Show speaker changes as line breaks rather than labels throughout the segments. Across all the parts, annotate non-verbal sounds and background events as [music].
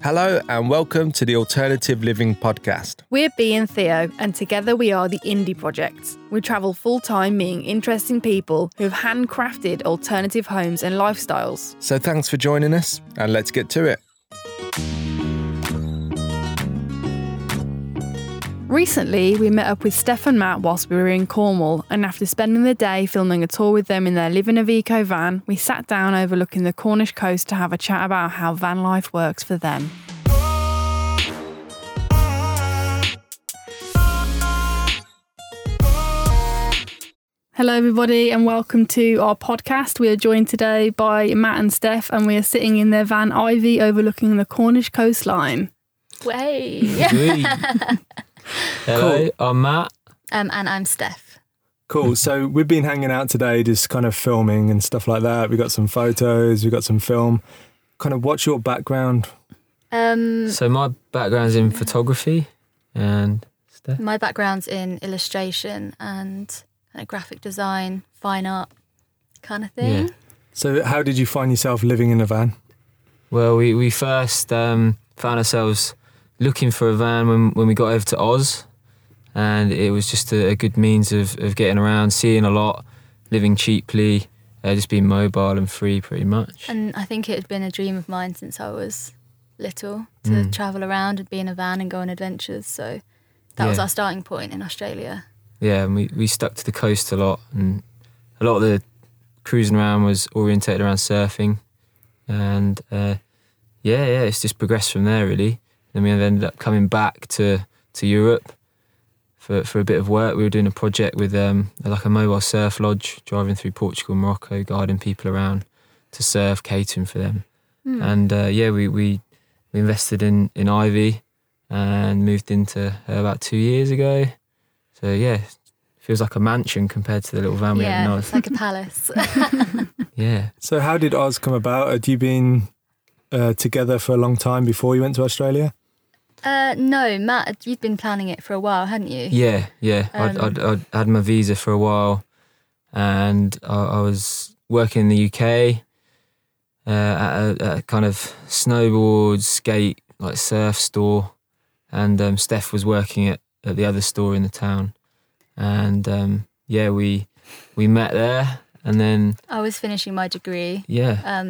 Hello, and welcome to the Alternative Living Podcast.
We're Bea and Theo, and together we are the Indie Project. We travel full time meeting interesting people who've handcrafted alternative homes and lifestyles.
So thanks for joining us, and let's get to it.
Recently, we met up with Steph and Matt whilst we were in Cornwall, and after spending the day filming a tour with them in their Live in a Vico van, we sat down overlooking the Cornish coast to have a chat about how van life works for them. Hello, everybody, and welcome to our podcast. We are joined today by Matt and Steph, and we are sitting in their van Ivy overlooking the Cornish coastline.
Way.
[laughs]
[laughs]
Hello, I'm Matt.
um, and I'm Steph.
[laughs]
Cool. So we've been hanging out today, just kind of filming and stuff like that. We got some photos, we got some film. Kind of what's your background?
Um,
So my background's in photography and stuff.
my background's in illustration and kind of graphic design, fine art kind of thing.
Yeah.
So how did you find yourself living in a van?
Well, we, we first um, found ourselves looking for a van when, when we got over to Oz, and it was just a, a good means of, of getting around, seeing a lot, living cheaply, uh, just being mobile and free pretty much.
And I think it had been a dream of mine since I was little to
Mm.
travel around and be in a van and go on adventures. So that was
Yeah.
our starting point in Australia.
Yeah, and we, we stuck to the coast a lot, and a lot of the cruising around was orientated around surfing, and uh, yeah, yeah, it's just progressed from there really. Then we ended up coming back to to Europe for for a bit of work. We were doing a project with um, like a mobile surf lodge, driving through Portugal, and Morocco, guiding people around to surf, catering for them,
Hmm. Mm.
and uh, yeah, we, we we invested in in Ivy and moved into her about two years ago. So yeah, feels like a mansion compared to the little van we had in
yeah,
Oz.
it's like a
[laughs]
palace. [laughs]
Yeah.
So how did Oz come about? Had you been uh, together for a long time before you went to Australia?
uh, no, Matt, you'd been planning it for a while, hadn't you?
Yeah, yeah. I'd,
Um,
I'd, I'd had my visa for a while, and I, I was working in the UK uh, at, a, at a kind of snowboard, skate, like surf store, and um, Steph was working at, at the other store in the town, and um, yeah, we we met there, and then
I was finishing my degree.
yeah,
Um,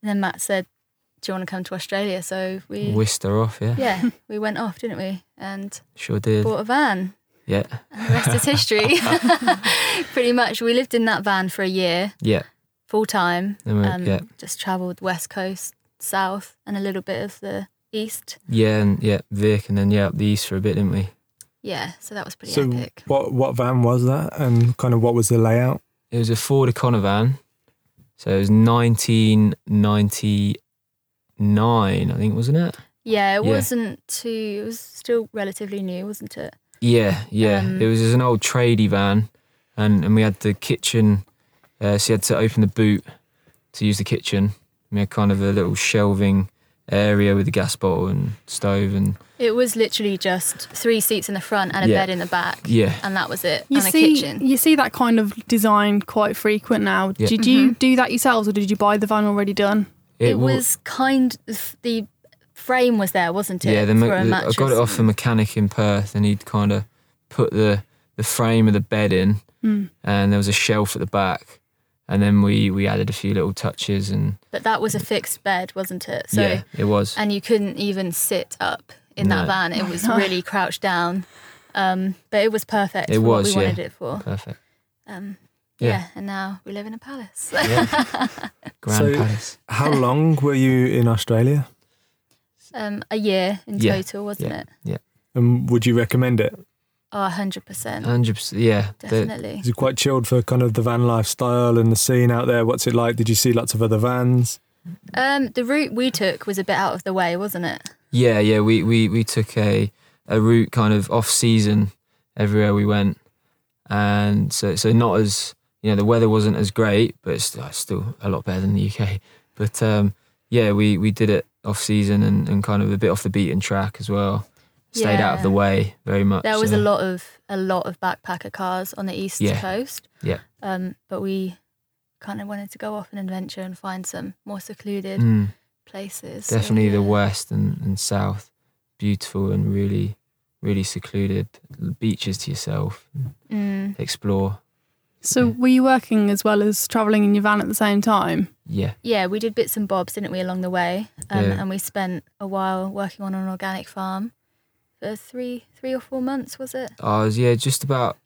and then Matt said, "Do you want to come to Australia?" So we,
whisked her off. Yeah, [laughs]
yeah, we went off, didn't we? And
sure did.
bought a van.
Yeah,
And the rest is
[laughs]
history. [laughs] Pretty much, we lived in that van for a year,
yeah.
full time.
Then we-
Um,
yeah.
Just travelled west coast, south, and a little bit of the east.
Yeah, and yeah, Vic, and then yeah, up the east for a bit, didn't we?
Yeah, so that was pretty
so
epic.
what what van was that, and kind of what was the layout?
It was a Ford Econovan. So it was 1999, I think, wasn't it?
Yeah, it
yeah.
wasn't too. It was still relatively new, wasn't it?
Yeah, yeah.
Um,
it was just an old tradie van, and, and we had the kitchen. Uh, so you had to open the boot to use the kitchen. We had kind of a little shelving area with a gas bottle and stove, and
It was literally just three seats in the front and a
Yeah.
bed in the back,
yeah,
and that was it.
You
and
see,
a kitchen.
you see that kind of design quite frequent now.
Yeah.
Did you
Mm-hmm.
do that yourselves, or did you buy the van already done?
it,
wa-
was kind of the frame was there, wasn't it?
Yeah, the,
for
me-
a
the- I
mattress.
got it off a mechanic in Perth, and he'd kind of put the the frame of the bed in,
Hmm.
and there was a shelf at the back, and then we we added a few little touches, and
But that was a fixed bed, wasn't it? So
yeah, it was.
and you couldn't even sit up in that
No.
van. It was really crouched down. Um, but it was perfect
It
for what we
was, yeah.
wanted it for.
Perfect.
Um, yeah.
Yeah.
and now we live in a palace.
Grand
So-
Palace.
How long were you in Australia,
[laughs] um, a year in
Yeah,
total, wasn't
yeah.
it?
and would you recommend it?
Oh, 100%.
100%. Yeah. Uh, the-
Definitely.
Is it quite chilled for kind of the van lifestyle and the scene out there? What's it like? Did you see lots of other vans?
Um, the route we took was a bit out of the way, wasn't it?
yeah, yeah. We, we, we took a, a route kind of off season everywhere we went. And so, so not as, you know, the weather wasn't as great, but it's still, it's still a lot better than the UK. But um, yeah, we, we did it off season and, and kind of a bit off the beaten track as well. Stayed out of the
Yeah.
way very much.
There was a
so-
lot of a lot of backpacker cars on the east
Yeah.
coast.
Yeah.
Um, but we kind of wanted to go off an adventure and find some more secluded
Mm,
places. so,
Definitely the
yeah.
west and, and south, beautiful and really, really secluded. Beaches to yourself,
Mm.
explore.
So were you working as well as travelling in your van at the same time?
Yeah,
Yeah, we did bits and bobs, didn't we, along the way? Um,
Yeah.
And we spent a while working on an organic farm for three, three or four months, was it?
I was yeah just about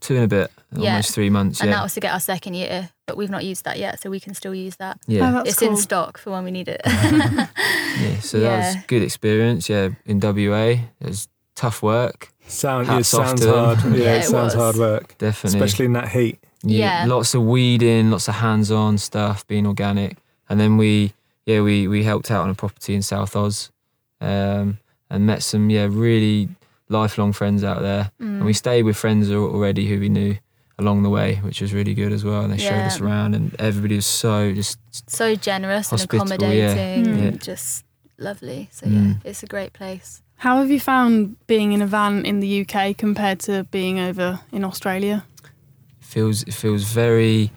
two and a bit,
Yeah.
almost three months.
And
yeah,
that was to get our second year, but we've not used that yet, so we can still use that.
yeah.
Oh, that's
it's
cool.
in stock for when we
[laughs]
need it.
Yeah, so that
Yeah.
was good experience. Yeah, in WA, it was tough work,
Sound, yeah,
Hats off
sounds
to them.
hard. Yeah,
Yeah,
it
it
sounds
was.
hard work,
definitely.
especially in that heat.
Yeah.
lots of weeding, lots of hands-on stuff, being organic, and then we, yeah, we we helped out on a property in South Oz, um, and met some yeah really lifelong friends out there,
[laughs] Mm.
and we stayed with friends al- already who we knew along the way, which was really good as well. And they showed
Yeah.
us around, and everybody was so just
so generous and
Hospitable, yeah.
accommodating
Mm.
and just lovely. So, yeah,
Mm.
it's a great place.
How have you found being in a van in the UK compared to being over in Australia?
feels it feels very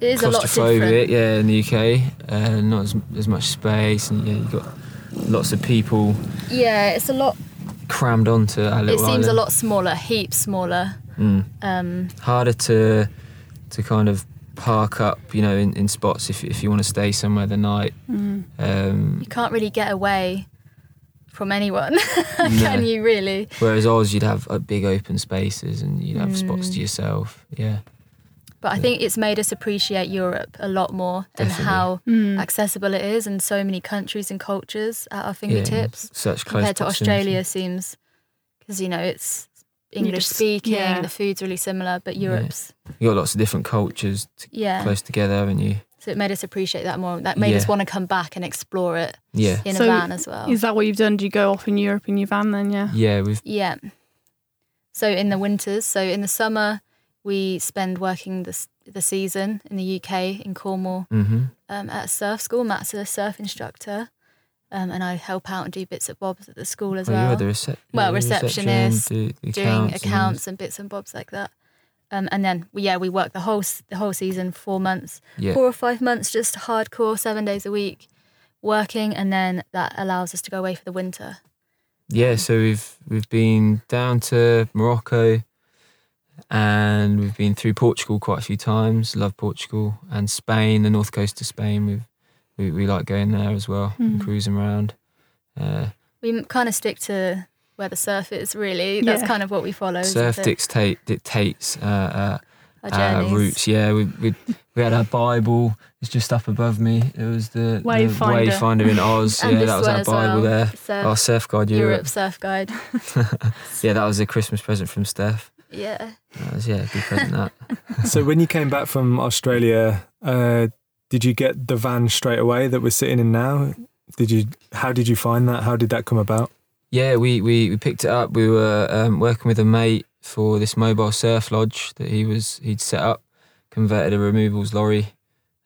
It is a lot
claustrophobic,
different.
yeah, in the UK. Uh, not as, as much space, and yeah, you've got lots of people
Yeah, it's a lot.
crammed onto a little
It seems a
island.
lot smaller, heaps smaller.
Mm.
Um,
harder to to kind of park up, you know, in, in spots if, if you want to stay somewhere the night.
Hmm.
Um,
you can't really get away from anyone, [laughs]
no.
can you? Really?
Whereas Oz, you'd have uh, big open spaces and you'd have spots
Mm.
to yourself. Yeah,
But I think it's made us appreciate Europe a lot more
Definitely.
and how
Hmm. Mm.
accessible it is, and so many countries and cultures at our
yeah,
fingertips.
Such close
compared to
proximity.
Australia seems because you know it's English
just-
speaking,
yeah.
the food's really similar, but
Yeah.
Europe's
You got lots of different cultures t-
yeah.
close together, haven't you?
So it made us appreciate that more. That made us
Yeah.
want to come back and explore it
Yeah,
in
So
a van as well.
Is that what you've done? Do you go off in Europe in your van then? Yeah.
yeah. We've
yeah. So in the winters, so in the summer, we spend working the s- the season in the UK in Cornwall
hmm
um, at a surf school. Matt's a surf instructor, um, and I help out and do bits at Bob's at the school as
oh,
well.
you're the recep-
Well,
you're the
receptionist,
do- the
doing
and all this-
accounts and bits and bobs like that. Um, and then we- yeah, we work the whole s- the whole season, four months,
Yeah.
four or five months, just hardcore, seven days a week, working, and then that allows us to go away for the winter.
Yeah, so we've we've been down to Morocco, and we've been through Portugal quite a few times. Love Portugal and Spain, the north coast of Spain. We've, we we like going there as well
Hmm.
and cruising around. Uh,
We kind of stick to where the surf is really. That's
Yeah.
kind of what we follow. isn't
surf
it?
dictate dictates uh,
Our
uh, our
journeys.
routes. Yeah, we we we had our Bible. It's just up above me. It was the the
Wayfinder.
Wayfinder in
[laughs]
Oz.
And
yeah,
this uh,
that was
one
our
as well.
Bible there.
Surf,
Our surf guide
Europe.
Europe.
surf guide.
Yeah, that was a Christmas present from Steph.
Yeah.
That was yeah, a good present that.
so when you came back from Australia, uh, did you get the van straight away that we're sitting in now? Did you? How did you find that? How did that come about?
Yeah, we, we, we picked it up. We were um, working with a mate for this mobile surf lodge that he was he'd set up, converted a removals lorry,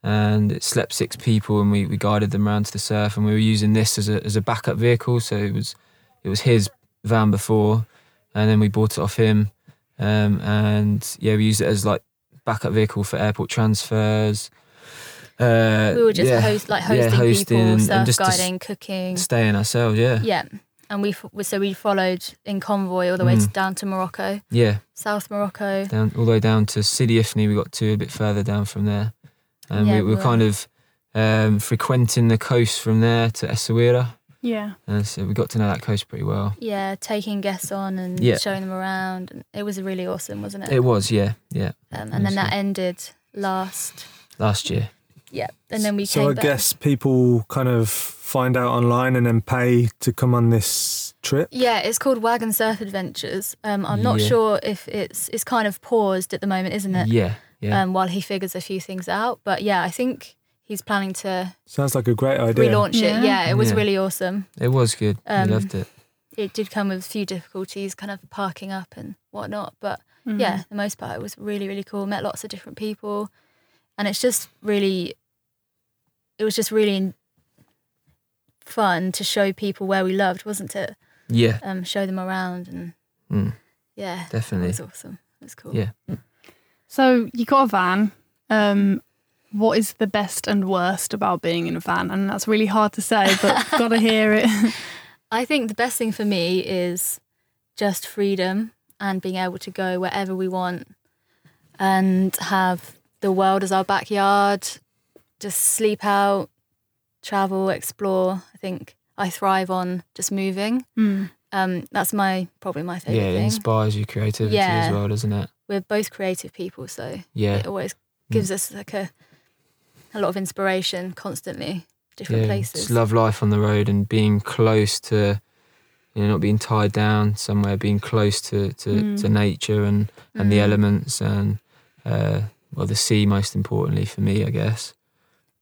and it slept six people, and we, we guided them around to the surf, and we were using this as a as a backup vehicle. So it was it was his van before, and then we bought it off him, um, and yeah, we used it as like backup vehicle for airport transfers. Uh,
We were just
yeah,
host like hosting,
hosting
people,
and- and
surf
just to s-
guiding, cooking.
staying ourselves. Yeah,
Yeah. And we f- so we followed in convoy all the way to,
Mm.
down to Morocco,
yeah.
South Morocco.
down all the way down to Sidi Ifni. E, We got to a bit further down from there, and
Yeah,
we, we
we
were
were.
kind of um, frequenting the coast from there to Essaouira,
Yeah.
and so we got to know that coast pretty well.
Yeah, taking guests on and
Yeah.
showing them around. And it was really awesome, wasn't it?
It was, yeah, yeah,
um, and then that ended last.
last year.
Yeah, and then we
so
came
I
back.
guess people kind of find out online and then pay to come on this trip.
Yeah, it's called Wagon Surf Adventures. Um, I'm not
Yeah.
sure if it's it's kind of paused at the moment, isn't it?
Yeah, yeah,
Um, while he figures a few things out, but yeah, I think he's planning to
Sounds like a great idea.
relaunch
Yeah.
it. Yeah, it was
Yeah.
really awesome.
it was good.
um,
we loved it.
It did come with a few difficulties, kind of parking up and whatnot, but
Hmm. Mm.
yeah, the most part, it was really, really cool. Met lots of different people, and it's just really, it was just really fun to show people where we loved, wasn't it?
Yeah,
Um, show them around, and
mm,
yeah, it
definitely.
was awesome. It was cool.
Yeah.
So you got a van. Um, what is the best and worst about being in a van? And that's really hard to say,
[laughs]
but gotta hear it. [laughs]
I think the best thing for me is just freedom and being able to go wherever we want and have the world as our backyard, just sleep out, travel, explore. I think I thrive on just moving.
Mm.
Um, that's my probably my favorite
Yeah, it
thing.
inspires your creativity
Yeah.
as well, doesn't it?
We're both creative people, so
Yeah. Mm.
it always gives us like a a lot of inspiration constantly, different
yeah.
places.
Just love life on the road and being close to, you know, not being tied down somewhere, being close to, to,
Mm.
to nature and, and the
Mm.
elements and, uh, well, the sea, most importantly for me, I guess.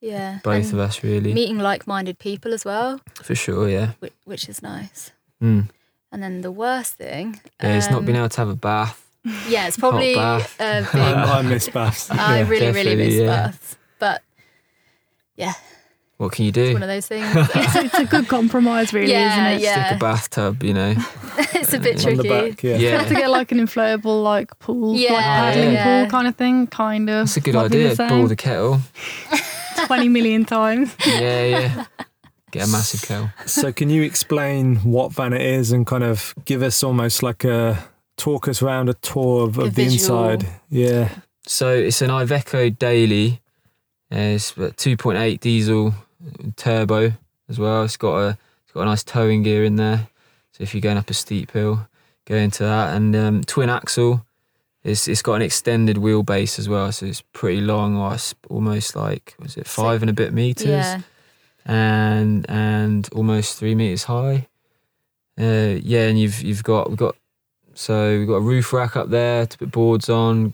yeah,
Both
and
of us, really.
meeting like-minded people as well,
For sure, yeah.
which, which is nice.
Mm.
And then the worst thing,
Yeah, it's not
um,
being able to have a bath.
[laughs]
Yeah, it's probably a
bath.
I,
[laughs]
big.
I miss baths.
[laughs] I really,
Yeah,
really miss
definitely, yeah.
baths, but
What can you
it's
do?
one
[laughs]
of those things. [laughs] it's,
It's a good compromise, really,
Yeah,
isn't it?
Stick
yeah.
a bathtub, you know.
it's a bit
On the
tricky.
back, yeah.
You have to get like an inflatable like pool,
Yeah,
like paddling
yeah.
pool kind of thing, kind of.
That's a good
Might be
idea.
the
Boil
same
the kettle.
Twenty million times.
[laughs]
[laughs]
Yeah, yeah. Get a massive kettle.
So, can you explain what van it is and kind of give us almost like a talk us around a tour of, of the
visual.
inside? Yeah.
So it's an Iveco daily. Uh, it's about 2.8 diesel turbo as well. It's got a it's got a nice towing gear in there. So if you're going up a steep hill, go into that. And um, twin axle. It's it's got an extended wheelbase as well. So it's pretty long. Like, it's almost like was it five and a bit meters?
Yeah,
and and almost three meters high. Uh, yeah, and you've you've got we've got so we've got a roof rack up there to put boards on.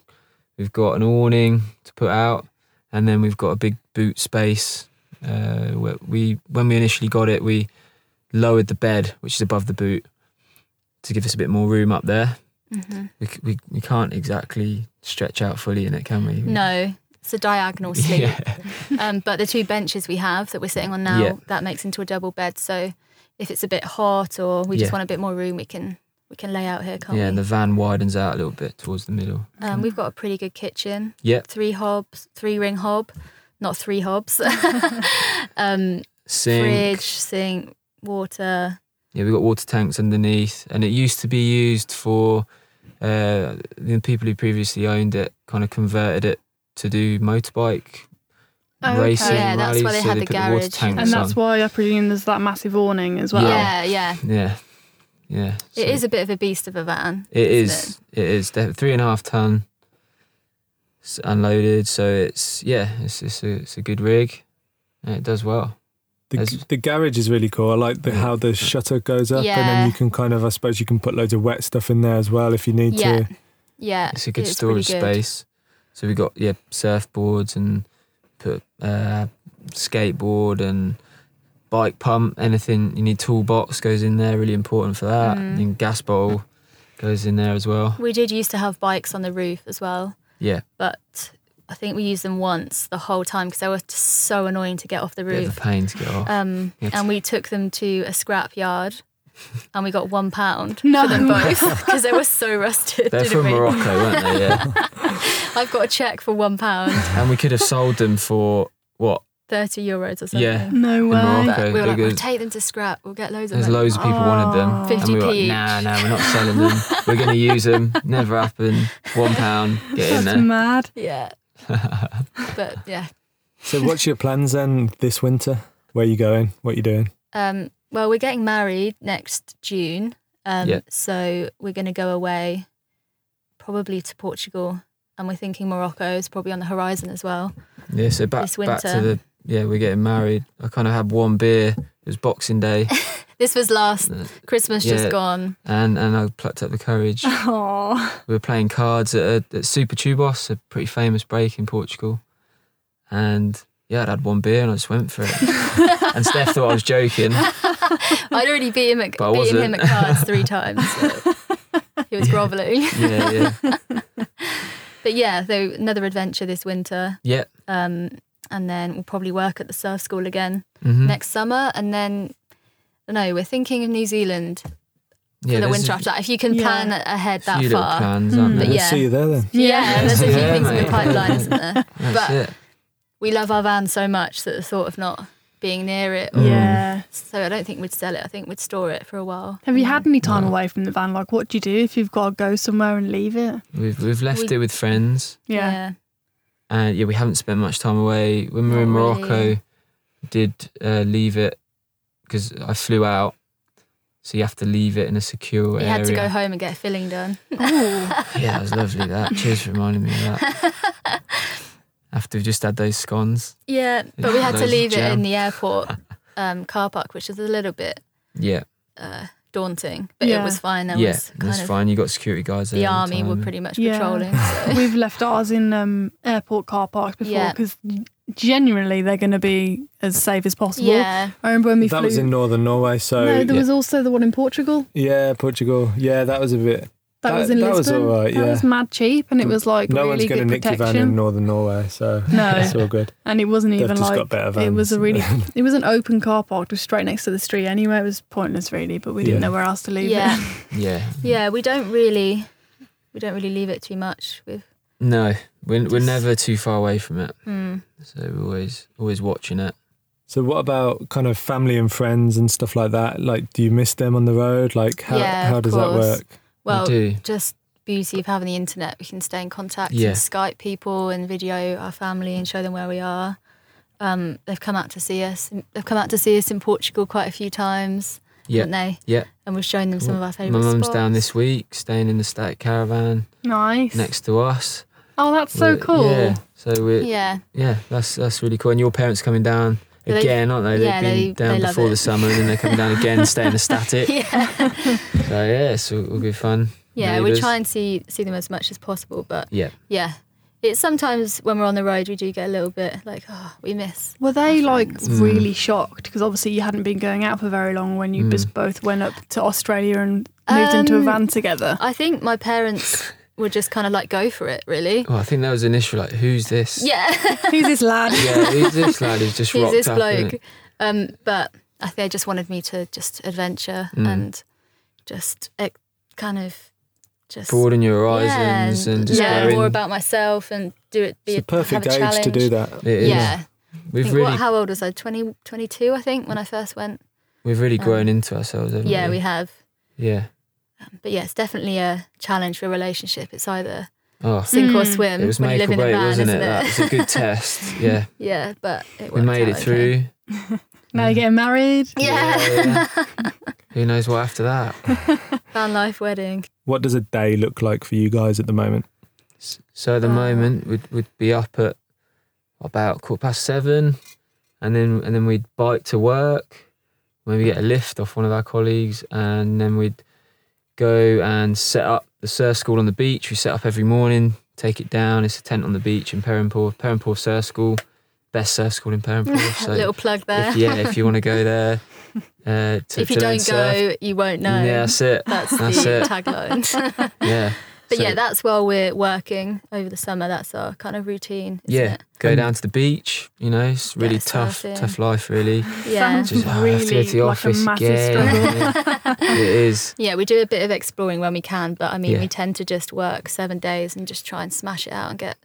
We've got an awning to put out, and then we've got a big boot space. Uh, where we when we initially got it, we lowered the bed, which is above the boot, to give us a bit more room up there.
hmm
We c- we, we can't exactly stretch out fully in it, can we?
no, it's a
[laughs]
diagonal sleep.
Yeah.
Um, but the two benches we have that we're sitting on now,
Yeah.
that makes into a double bed. So if it's a bit hot or we just
Yeah.
want a bit more room, we can we can lay out here, can't
Yeah,
we?
and the van widens out a little bit towards the middle.
um, we've got a pretty good kitchen.
Mm. Yeah,
Three hobs, three ring hob, not three
[laughs]
hobs. [laughs] um,
sink.
Fridge, sink, water.
Yeah, we've got water tanks underneath, and it used to be used for uh, the people who previously owned it kind of converted it to do motorbike
Okay.
racing
Oh, Yeah, that's
rallies.
why they
so
had
they
the
put the water
garage.
tanks
And that's
on.
why I presume there's that massive awning as well.
Yeah.
Yeah, yeah.
yeah, yeah. so
It is a bit of a beast of a van.
It
isn't
is. It is def- three and a half ton. It's unloaded, so it's yeah, it's it's a, it's a good rig, and it does well.
The,
As-
the garage is really cool. I like the, how the shutter goes up, and
Yeah.
then you can kind of, I suppose, you can put loads of wet stuff in there as well if you need
Yeah.
to.
Yeah,
It's a good
it's really
storage
good.
space. So we got yeah surfboards and put uh, skateboard and bike pump. Anything you need, toolbox goes in there. Really important for that.
Mm.
And gas bowl goes in there as well.
We did used to have bikes on the roof as well,
Yeah,
but I think we used them once the whole time because they were just so annoying to get off the
bit of
roof.
a pain to get off.
Um,
Yeah.
and
[laughs]
we took them to a scrap yard, and we got one
[laughs]
pound [laughs]
No.
for them both because they were so rusted. [laughs]
They're
didn't
from
we?
Morocco, weren't
[laughs]
they? Yeah,
I've got a check for one pound,
and we could have sold them for what
thirty euros or something.
Yeah.
[laughs] No
in
way.
Morocco.
But we were like, we'll
because
take them to scrap. We'll get loads of
There's
money.
loads of people wanted
"Oh,
them, and we were
50p
like,
each.
"Nah, nah, we're not selling them.
[laughs]
We're going to use them. Never happen. One pound, get
That's
in there."
[laughs]
mad.
Yeah.
[laughs]
but yeah.
So, what's your plans then this winter? Where you going? What you doing?
Um, well, we're getting married next June. Um,
Yeah.
So we're going to go away probably to Portugal. And we're thinking Morocco is probably on the horizon as well.
Yeah, so back
this
back to
winter.
the yeah, we're getting married. I kind of had one beer. It was Boxing
[laughs]
Day,
This was last Christmas
Uh, Yeah.
just gone. [laughs]
and and I plucked up the courage.
Aw.
we were playing cards at, a, at Super Chubos, a pretty famous break in Portugal, and yeah, I'd had one beer and I just went for it.
[laughs]
and Steph thought I was joking.
I'd already beat him at,
But I
beaten him
wasn't.
at cards three times.
[laughs]
So he was groveling.
Yeah,
[laughs]
yeah,
But yeah, so another adventure this winter.
yeah.
Um, and then we'll probably work at the surf school again
mhm.
next summer. And then, no, we're thinking of New Zealand
yeah,
for the
there's
winter
a
after that. If you can
Yeah.
plan ahead
few
that
little
far.
plans,
Mm.
aren't
But
there?
We'll
yeah.
see you there then.
Yeah, there's a few
Yeah,
things in
[laughs] mate.
the pipeline, isn't there?
That's
but-
it.
we love our van so much that the thought of not being near it,
[laughs]
Mm.
Yeah.
so I don't think we'd sell it. I think we'd store it for a while.
Have you
And
had
then-
any time
No.
away from the van? Like, what do you do if you've got to go somewhere and leave it?
We've we've left
We-
it with friends, and yeah, we haven't spent much time away. When we were in
Not really.
Morocco, did uh, leave it because I flew out, so you have to leave it in a secure
We
area.
had to go home and get a filling done. [laughs]
[laughs] Yeah, that was lovely. That cheers for reminding me of that. After we just had those scones,
yeah, but we had to
Those
leave it
jam.
in [laughs] the airport um, car park, which is a little bit
yeah,
uh, daunting, but
Yeah.
it was fine. There
yeah,
was kind
that's
of
fine. You got security guards.
the
there all
army were
time.
pretty much
Yeah.
patrolling.
[laughs]
So.
We've left ours in um, airport car parks before
Yeah.
because generally they're going to be as safe as possible.
yeah,
I remember when we
that
flew.
was in northern Norway. So
no, there
Yeah.
was also the one in Portugal.
yeah, Portugal. Yeah, that was a bit.
That,
That-
was in
that was
Lisbon.
all right,
That
yeah.
was mad cheap, and it was like
no
really
one's going to
good
nick your van in
protection.
northern Norway, so [laughs]
No,
it's all good.
and it wasn't
They've
even
just
like
got better vans.
it was a really it was an open car park, it was straight next to the street anyway. It was pointless really, but we didn't
Yeah.
know where else to leave
yeah,
it.
yeah.
[laughs] yeah. We don't really, we don't really leave it too much. We've
No, we're we're
Just-
never too far away from it,
hmm.
so we're always always watching it.
So what about kind of family and friends and stuff like that? Like, do you miss them on the road? Like, how,
Yeah,
how
of
does that
course.
work?
well,
we do.
just beauty of having the internet. We can stay in contact
Yeah.
and Skype people and video our family and show them where we are. Um, they've come out to see us. They've come out to see us in Portugal quite a few times,
Yeah,
haven't they?
yeah.
And we've shown them some of our
my
favourite
mum's
spots.
down this week, staying in the static caravan
[laughs] Nice.
next to us.
Oh, that's so
We're-
cool.
Yeah, so we're
Yeah,
Yeah, that's that's really cool. And your parents coming down
They-
again, aren't they? They've
yeah,
been
they-
down
they love
before
it.
the summer, and then they're coming down
[laughs]
again, staying static.
yeah.
So yeah, it's all, all good fun.
Yeah, we
Neighbours.
try and see see them as much as possible, but
Yeah,
yeah, it's sometimes when we're on the road we do get a little bit like oh we miss.
Were they like
friends.
really shocked because obviously you hadn't been going out for very long when you
Mm.
just both went up to Australia and moved into a
Um,
van together?
I think my parents were just kind of like go for it, really.
well, Oh, I think that was initial like, who's this?
Yeah,
[laughs] Who's this lad?
yeah, who's this lad who's
[laughs]
just
he's
rocked
this
up?
bloke. Um, but I think they just wanted me to just adventure
Mm.
and just ex- kind of just
broaden your
yeah,
horizons and just
learn
growing.
more about myself and do it. Be
It's
a,
the perfect
have a
age to do
challenge.
that.
It is.
Yeah, I
we've
think,
really
what, how old was I? 20, 22, I think, when I first went.
we've really
um,
grown into ourselves, haven't
Yeah,
we?
we have.
Yeah.
Um, But yeah, it's definitely a challenge for a relationship. It's either
Oh,
sink or
Mm.
swim
it was
when you
make
live
or
in a
break,
van,
wasn't
isn't
it? That was a
[laughs]
good test. Yeah,
yeah, but it
we
worked
made it
out
through.
okay.
Now you're getting married.
Yeah, [laughs]
Who knows what after that?
van life wedding.
What does a day look like for you guys at the moment?
S- So at the
Wow.
moment we'd we'd be up at about quarter past seven, and then and then we'd bike to work, maybe get a lift off one of our colleagues, and then we'd go and set up the surf school on the beach. We set up every morning, take it down. It's a tent on the beach in Perranporth, Perranporth Surf School, best surf school
[laughs]
in Perranporth. So
Little plug there.
if, yeah, if you want to go there,
[laughs]
uh, to,
if you
to learn
don't
surf,
go, you won't know.
yeah, that's it.
That's,
that's
the
it.
tagline.
[laughs]
[laughs]
Yeah,
but
So-
yeah, that's while we're working over the summer. That's our kind of routine. Isn't
yeah.
It?
Go
And-
down to the beach. You know, it's really tough,
surfing.
tough life, really.
Yeah.
Sounds
Just, oh, I have to go
really
to the
like a
office
massive
again. it is.
[laughs] Yeah, we do a bit of exploring when we can, but I mean,
Yeah.
we tend to just work seven days and just try and smash it out and get.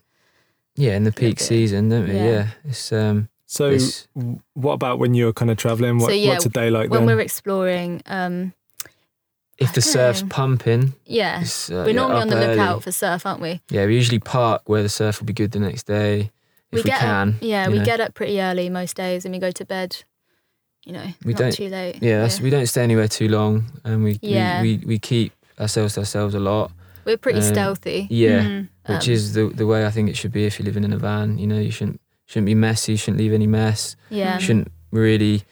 Yeah, in the peak
bit.
season, don't we? Yeah.
Yeah.
It's um
So,
It's-
w- what about when you're kind of traveling? What,
So, yeah,
what's a day like
When
then?
we're exploring, um,
if the
Okay.
surf's pumping,
yeah,
it's, uh,
we're
yeah,
normally
up
on the
early.
lookout for surf, aren't we?
Yeah, we usually park where the surf will be good the next day if we,
get
can.
Up, yeah,
you
we
know.
get up pretty early most days and we go to bed. You know,
We
not
don't-
too late.
Yeah, that's, we don't stay anywhere too long, and we
Yeah.
we, we, we keep ourselves to ourselves a lot.
we're pretty
um,
stealthy.
[laughs] Yeah,
[laughs] Mm.
which
um,
is the the way I think it should be if you're living in a van. You know, you shouldn't shouldn't be messy. You shouldn't leave any mess.
yeah.
You shouldn't really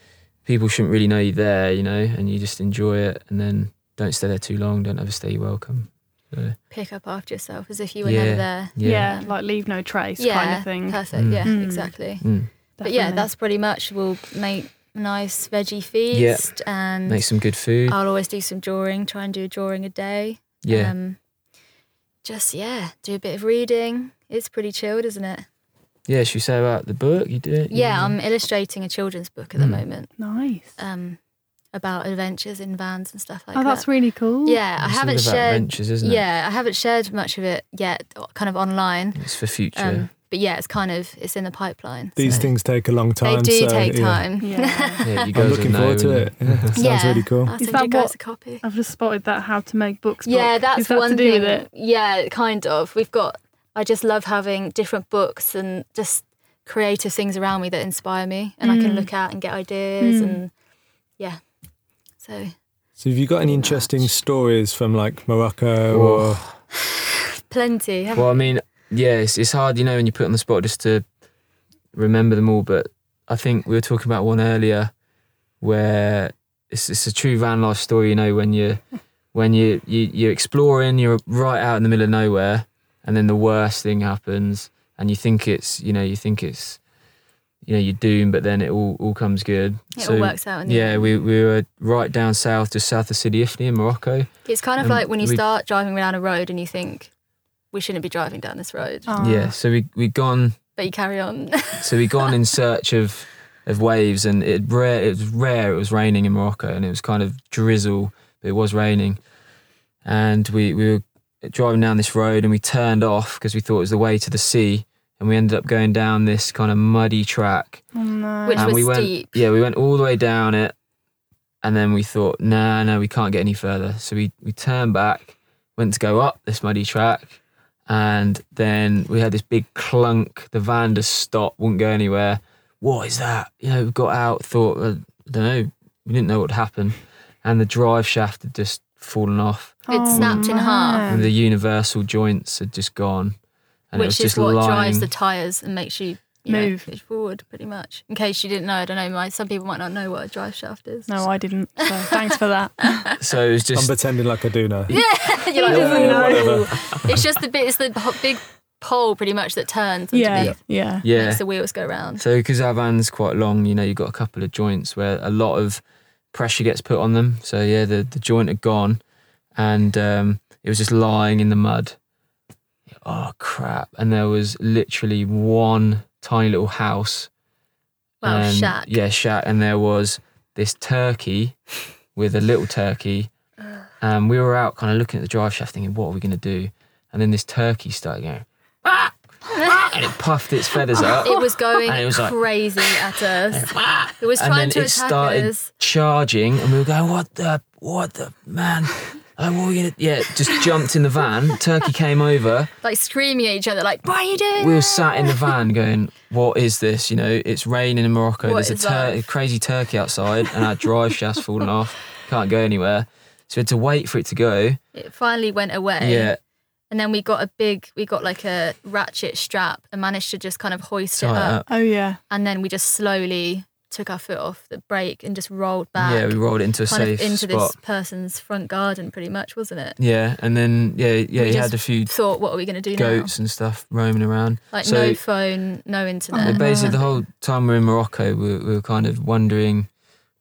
people shouldn't really know you there, you know, and you just enjoy it and then don't stay there too long, don't overstay your welcome. So,
Pick up after yourself as if you were
Yeah.
never there.
yeah.
Yeah, like leave no trace
yeah,
kind of thing.
perfect.
Mm.
Yeah,
Mm.
exactly.
Mm.
But yeah,
Definitely.
that's pretty much. We'll make a nice veggie
Yeah.
feast, and
Make some good food.
I'll always do some drawing. Try and do a drawing a day.
yeah.
Um, just yeah, do a bit of reading. It's pretty chilled, isn't it?
yeah, should we say about the book? You do it?
Yeah, um, I'm illustrating a children's book at the
Mm.
moment.
nice.
Um, about adventures in vans and stuff like
oh,
that.
that's really cool.
Yeah, I
It's all
haven't
about
shared.
adventures, isn't it?
Yeah, I haven't shared much of it yet, kind of online.
It's for future.
Um, but yeah, it's kind of it's in the pipeline.
These
so.
things take a long time.
they do
so,
take
yeah.
time. [laughs]
[laughs] Yeah.
Yeah, you
[laughs] I'm
guys will
looking
know
forward to
when-
it. [laughs] Yeah, that sounds
Yeah.
really cool.
I'll
Is
send
that
you guys
what-
a copy.
I've just spotted that how to make books. book.
Yeah, that's
Is that
one
to do
thing.
with it.
Yeah, kind of. We've got. I just love having different books and just creative things around me that inspire me, and I
Mm.
can look at and get ideas
Mm.
and yeah. So
So, have you got any interesting stories from like Morocco
Whoa.
or
plenty. haven't
Well, I mean, yeah, it's, it's hard, you know, when you put on the spot just to remember them all. But I think we were talking about one earlier where it's, it's a true van life story, you know,
[laughs]
when you when you, you you're exploring, you're right out in the middle of nowhere, and then the worst thing happens, and you think it's you know you think it's you know you're doomed, but then it all all comes good.
It all works out in the
Yeah,
end.
we we were right down south, just south of City Ifni in Morocco.
It's kind of
Um,
like when you
we-
start driving down a road and you think we shouldn't be driving down this road,
Ah.
Yeah, so we we gone
but you carry on. [laughs]
So we'd gone in search of of waves, and it rare it was rare it was raining in Morocco, and it was kind of drizzle, but it was raining. And we we were driving down this road, and we turned off because we thought it was the way to the sea, and we ended up going down this kind of muddy track.
Oh, no.
Which
and
was
we went
steep.
yeah, we went all the way down it, and then we thought, nah, no, we can't get any further. So we we turned back, went to go up this muddy track, and then we had this big clunk. The van just stopped, wouldn't go anywhere. What is that? You know, we got out, thought, uh, I don't know, we didn't know what would happen, and the drive shaft had just fallen off,
Oh,
It snapped in half,
and the universal joints had just gone, and it
Um. which is
was just
what drives
lying.
the tires and makes you. You know,
Move.
push forward pretty much. In case you didn't know, I don't know. My, some people might not know what a drive shaft is.
No, I didn't. So thanks for that.
so it was
I'm
just
pretending like I do know.
[laughs] You're like,
Yeah,
"Ooh."
whatever.
[laughs] it's just the bit. It's the ho- big pole pretty much that
[laughs]
turns.
Yeah,
underneath,
yeah.
yeah.
Makes the wheels go round.
So because our van's quite long, you know, you've got a couple of joints where a lot of pressure gets put on them. So yeah, the, the joint had gone and um, it was just lying in the mud. Oh crap. And there was literally one tiny little house.
Well,
and-
shack.
Yeah, shack. And there was this turkey with a little turkey. And we were out kind of looking at the drive shaft thinking, what are we going to do? And then this turkey started going,
[laughs]
"Ah!" and it puffed its feathers up.
It was going
And it was like-
crazy at [laughs]
[laughs]
us. It was
and
trying
then
to
it
attack
started
us.
charging, and we were going, "What the, what the man?" Oh, what are we gonna? Yeah, just jumped in the van. Turkey came over.
Like screaming at each other, like, "Why are you doing?"
We were
that?"
sat in the van going, "What is this? You know, it's raining in Morocco.
What
There's
is
a tur-
life?"
crazy turkey outside, and our drive shaft's fallen off. Can't go anywhere." So we had to wait for it to go.
It finally went away.
Yeah,
And then we got a big, we got like a ratchet strap and managed to just kind of hoist it
tie it
up.
up.
Oh, yeah.
And then we just slowly took our foot off the brake and just rolled back.
Yeah, we rolled it into a
kind
safe
of into
spot.
this person's front garden, pretty much, wasn't it?
Yeah, and then yeah, yeah,
We
he
just
had a few
Thought, what are we going to do
goats and stuff roaming around.
now? Like
So-
no phone, no internet.
Well,
Oh,
basically, the whole time we were in Morocco, we were, we were kind of wondering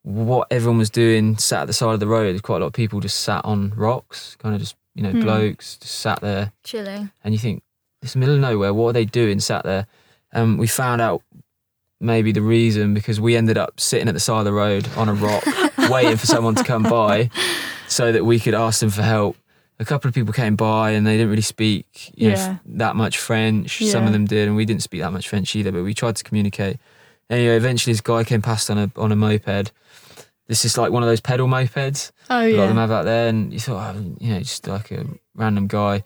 what everyone was doing, sat at the side of the road. Quite a lot of people just sat on rocks, kind of just, you know,
Hmm.
blokes just sat there.
Chilling.
And you think, it's the middle of nowhere. What are they doing sat there? Um, we found out maybe the reason because we ended up sitting at the side of the road on
[laughs]
a rock, waiting for someone to come by so that we could ask them for help. A couple of people came by and they didn't really speak you know, f-
Yeah.
that much French. Some
Yeah.
of them did, and we didn't speak that much French either, but we tried to communicate. Anyway, eventually this guy came past on a, on a moped. This is like one of those pedal mopeds
Oh,
a lot of them
yeah.
have out there, and you thought, oh, you know, just like a random guy.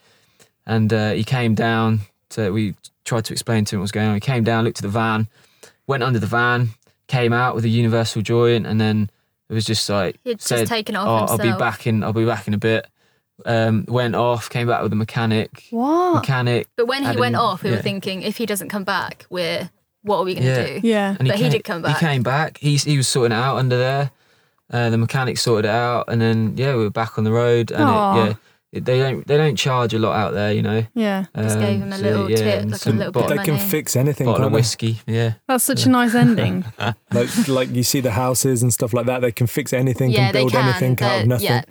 And uh, he came down. To, we tried to explain to him what was going on. He came down, looked at the van, went under the van, came out with a universal joint, and then it was just like
He'd just
said,
taken it off
"Oh, I'll
himself."
be back in. I'll be back in a bit. Um, went off, came back with a mechanic.
What?
Mechanic,
But when he
Adam,
went off, we
yeah.
were thinking, if he doesn't come back, we're what are we going to
Yeah.
do?
Yeah.
and
But he
came,
did come back.
He came back. He he was sorting it out under there. Uh, the mechanic sorted it out, and then yeah, we were back on the road. And it,
Aw.
yeah, it, they don't they don't charge a lot out there, you know.
Yeah.
Just gave him a little tip,
and
like a
some
little bit
But
of
bottle,
they can
money.
fix anything,
bottle of
can't they?
whiskey. Yeah,
That's such a nice
[laughs]
ending.
Like, like you see the houses and stuff like that. They can fix anything,
yeah,
can
they
build
can.
anything out
They're-
of nothing.
Yeah,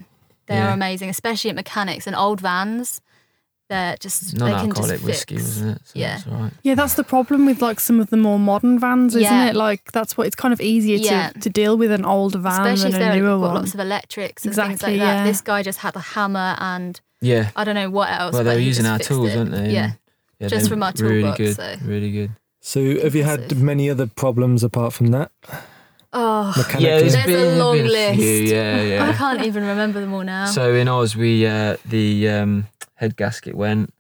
they're
Yeah.
amazing, especially at mechanics and old vans. They're just they can just
non-alcoholic
fix.
whiskey, wasn't it? So
Yeah.
it's all right.
Yeah, that's the problem with like some of the more modern vans, isn't
Yeah.
it? Like that's what it's kind of easier
Yeah.
to, to deal with an older van
Especially if
than a
they've
newer
got
one.
lots of electrics and things
Exactly,
like that.
yeah.
This guy just had a hammer and
Yeah.
I don't know what else.
Well, they
but
were
he
using
just
our
fixed
tools,
it.
weren't they?
Yeah,
And Yeah,
Just
they're
from our
really
toolbox,
good,
so.
really good.
So, have you had
Impressive.
many other problems apart from that?
Oh,
Mechanically?
there's a long list.
yeah,
[laughs] I
yeah.
can't even remember them all now.
so in Oz, we uh, the um, head gasket went.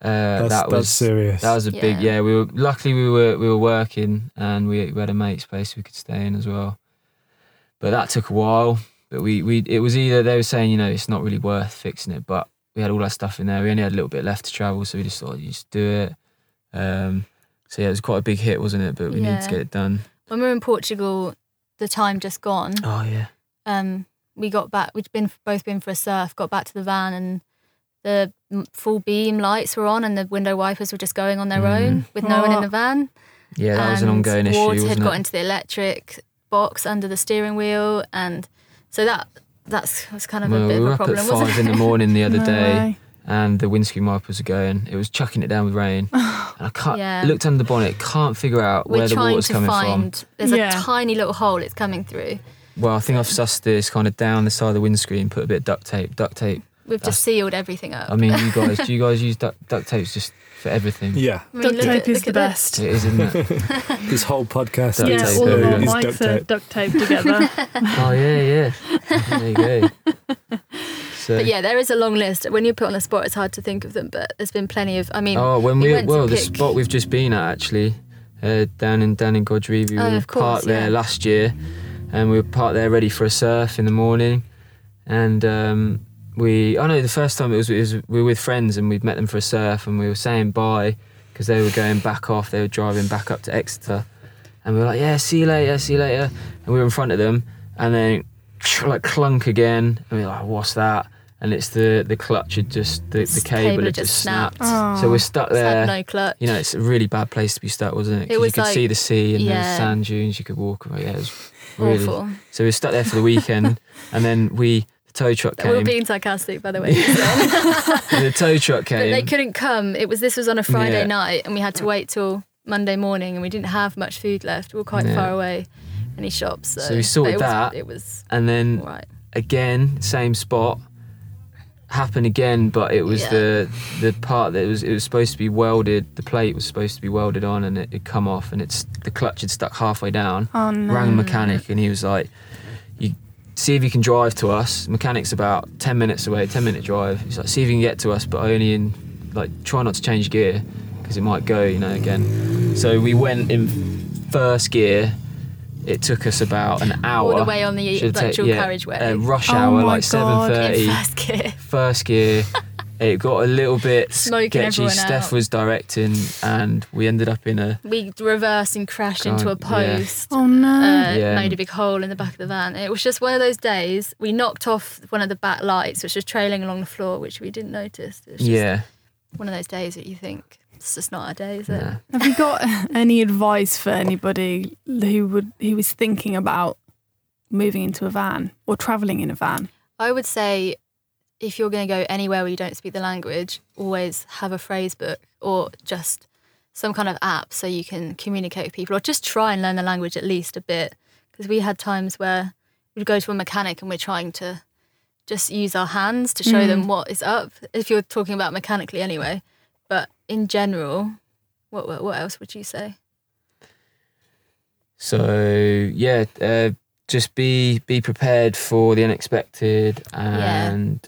Uh,
that's,
that
that's
was
serious.
that was a big
Yeah.
yeah. We were luckily we were we were working and we, we had a mate's place we could stay in as well. But that took a while. But we we it was either they were saying you know it's not really worth fixing it, but we had all our stuff in there. We only had a little bit left to travel, so we just thought you just do it. Um, so yeah, it was quite a big hit, wasn't it? But we need to
Yeah.
get it done.
when we were in Portugal, the time just gone.
Oh yeah.
Um, we got back. We'd been both been for a surf. Got back to the van, and the m- full beam lights were on, and the window wipers were just going on their
Mm.
own with no one in
Oh.
the van.
Yeah, that was an
and
ongoing issue.
Water had
wasn't
got
it?
into the electric box under the steering wheel, and so that that's was kind of
Well,
a bit
we
of
were
a
up
problem,
at
wasn't
five
it?
in the morning the other
No
day,
way.
and the windscreen wipers were going. It was chucking it down with rain,
[laughs]
and I can't
Yeah.
looked under the bonnet. Can't figure
[laughs]
out
We're
where the
trying
water's
to
coming
find. There's
Yeah.
a tiny little hole it's coming through.
from. Well, I think I've sussed this kind of down the side of the windscreen, put a bit of duct tape. Duct tape.
We've
That's-
just sealed everything up.
I mean,
[laughs]
you guys, do you guys use duct, duct tapes just for everything?
yeah.
[laughs]
I mean,
Duct
look at-
tape is
look
the
at this.
best.
It is, isn't it?
this whole podcast
Duct
yeah,
is,
tape,
all of
there
our
we
is
go.
duct
mics are
tape.
duct taped together.
oh yeah, yeah. There you go.
[laughs]
So,
But yeah, there is a long list. When you put on the spot, it's hard to think of them. But there's been plenty of. I mean,
Oh, when
we
we,
went to
well, the
pick-
spot we've just been at actually, uh, down in down in Godrevy, we
Oh,
were
of course,
parked
yeah.
there last year, and we were parked there ready for a surf in the morning, and um, we I know the first time it was, it was we were with friends and we'd met them for a surf and we were saying bye because they were going back off, they were driving back up to Exeter, and we were like, yeah, see you later, see you later, and we were in front of them, and then like clunk again, and we were like, what's that? And it's the the clutch had just the, the
This
cable, had just, snapped. So we're stuck
Oh, it's had
there.
no clutch.
You know, it's a really bad place to be stuck, wasn't it? 'Cause
It was
you could
like-
see the sea and
yeah.
the sand dunes. You could walk away. Yeah, it was really.
awful.
So we were stuck there for the weekend, and then we the tow
[laughs]
truck
We We're
came.
being sarcastic, by the way. but
[laughs] the
[laughs]
tow truck
they
came.
couldn't come. It was this was on a Friday
Yeah.
night, and we had to wait till Monday morning, and we didn't have much food left. We were quite
Yeah.
far away, any shops. So,
So we
but
sorted
it
that. Mm.
Was, it was
and then
all right.
again, same spot. Happened again, but it was
Yeah.
the the part that was it was supposed to be welded. The plate was supposed to be welded on, and it had come off, and it's the clutch had stuck halfway down.
Oh no.
rang the mechanic and he was like, "You see if you can drive to us." Mechanic's about ten minutes away, ten minute drive. He's like, "See if you can get to us, but only in like try not to change gear because it might go, you know, again." So we went in first gear. It took us about an hour.
All the way on the
Should've ta-
virtual
yeah,
carriageway.
uh, rush
Oh
hour,
my
like
God.
seven
in
thirty.
first gear.
[laughs]
First gear. It got a little bit
Smoking
sketchy.
everyone
Steph
out.
was directing, and we ended up in a
We reversed and crashed into a
God, yeah.
post.
[laughs] Oh no.
uh,
Yeah.
made a big hole in the back of the van. It was just one of those days. We knocked off one of the back lights, which was trailing along the floor, which we didn't notice. It was just
yeah.
one of those days that you think it's just not our day, is it?
nah.
Have you got [laughs] any advice for anybody who would who is thinking about moving into a van or traveling in a van?
I would say if you're going to go anywhere where you don't speak the language, always have a phrase book or just some kind of app so you can communicate with people or just try and learn the language at least a bit. Because we had times where we'd go to a mechanic and we're trying to just use our hands to show
Mm.
them what is up, if you're talking about mechanically anyway. But in general, what, what, what else would you say?
So yeah, uh, just be be prepared for the unexpected, and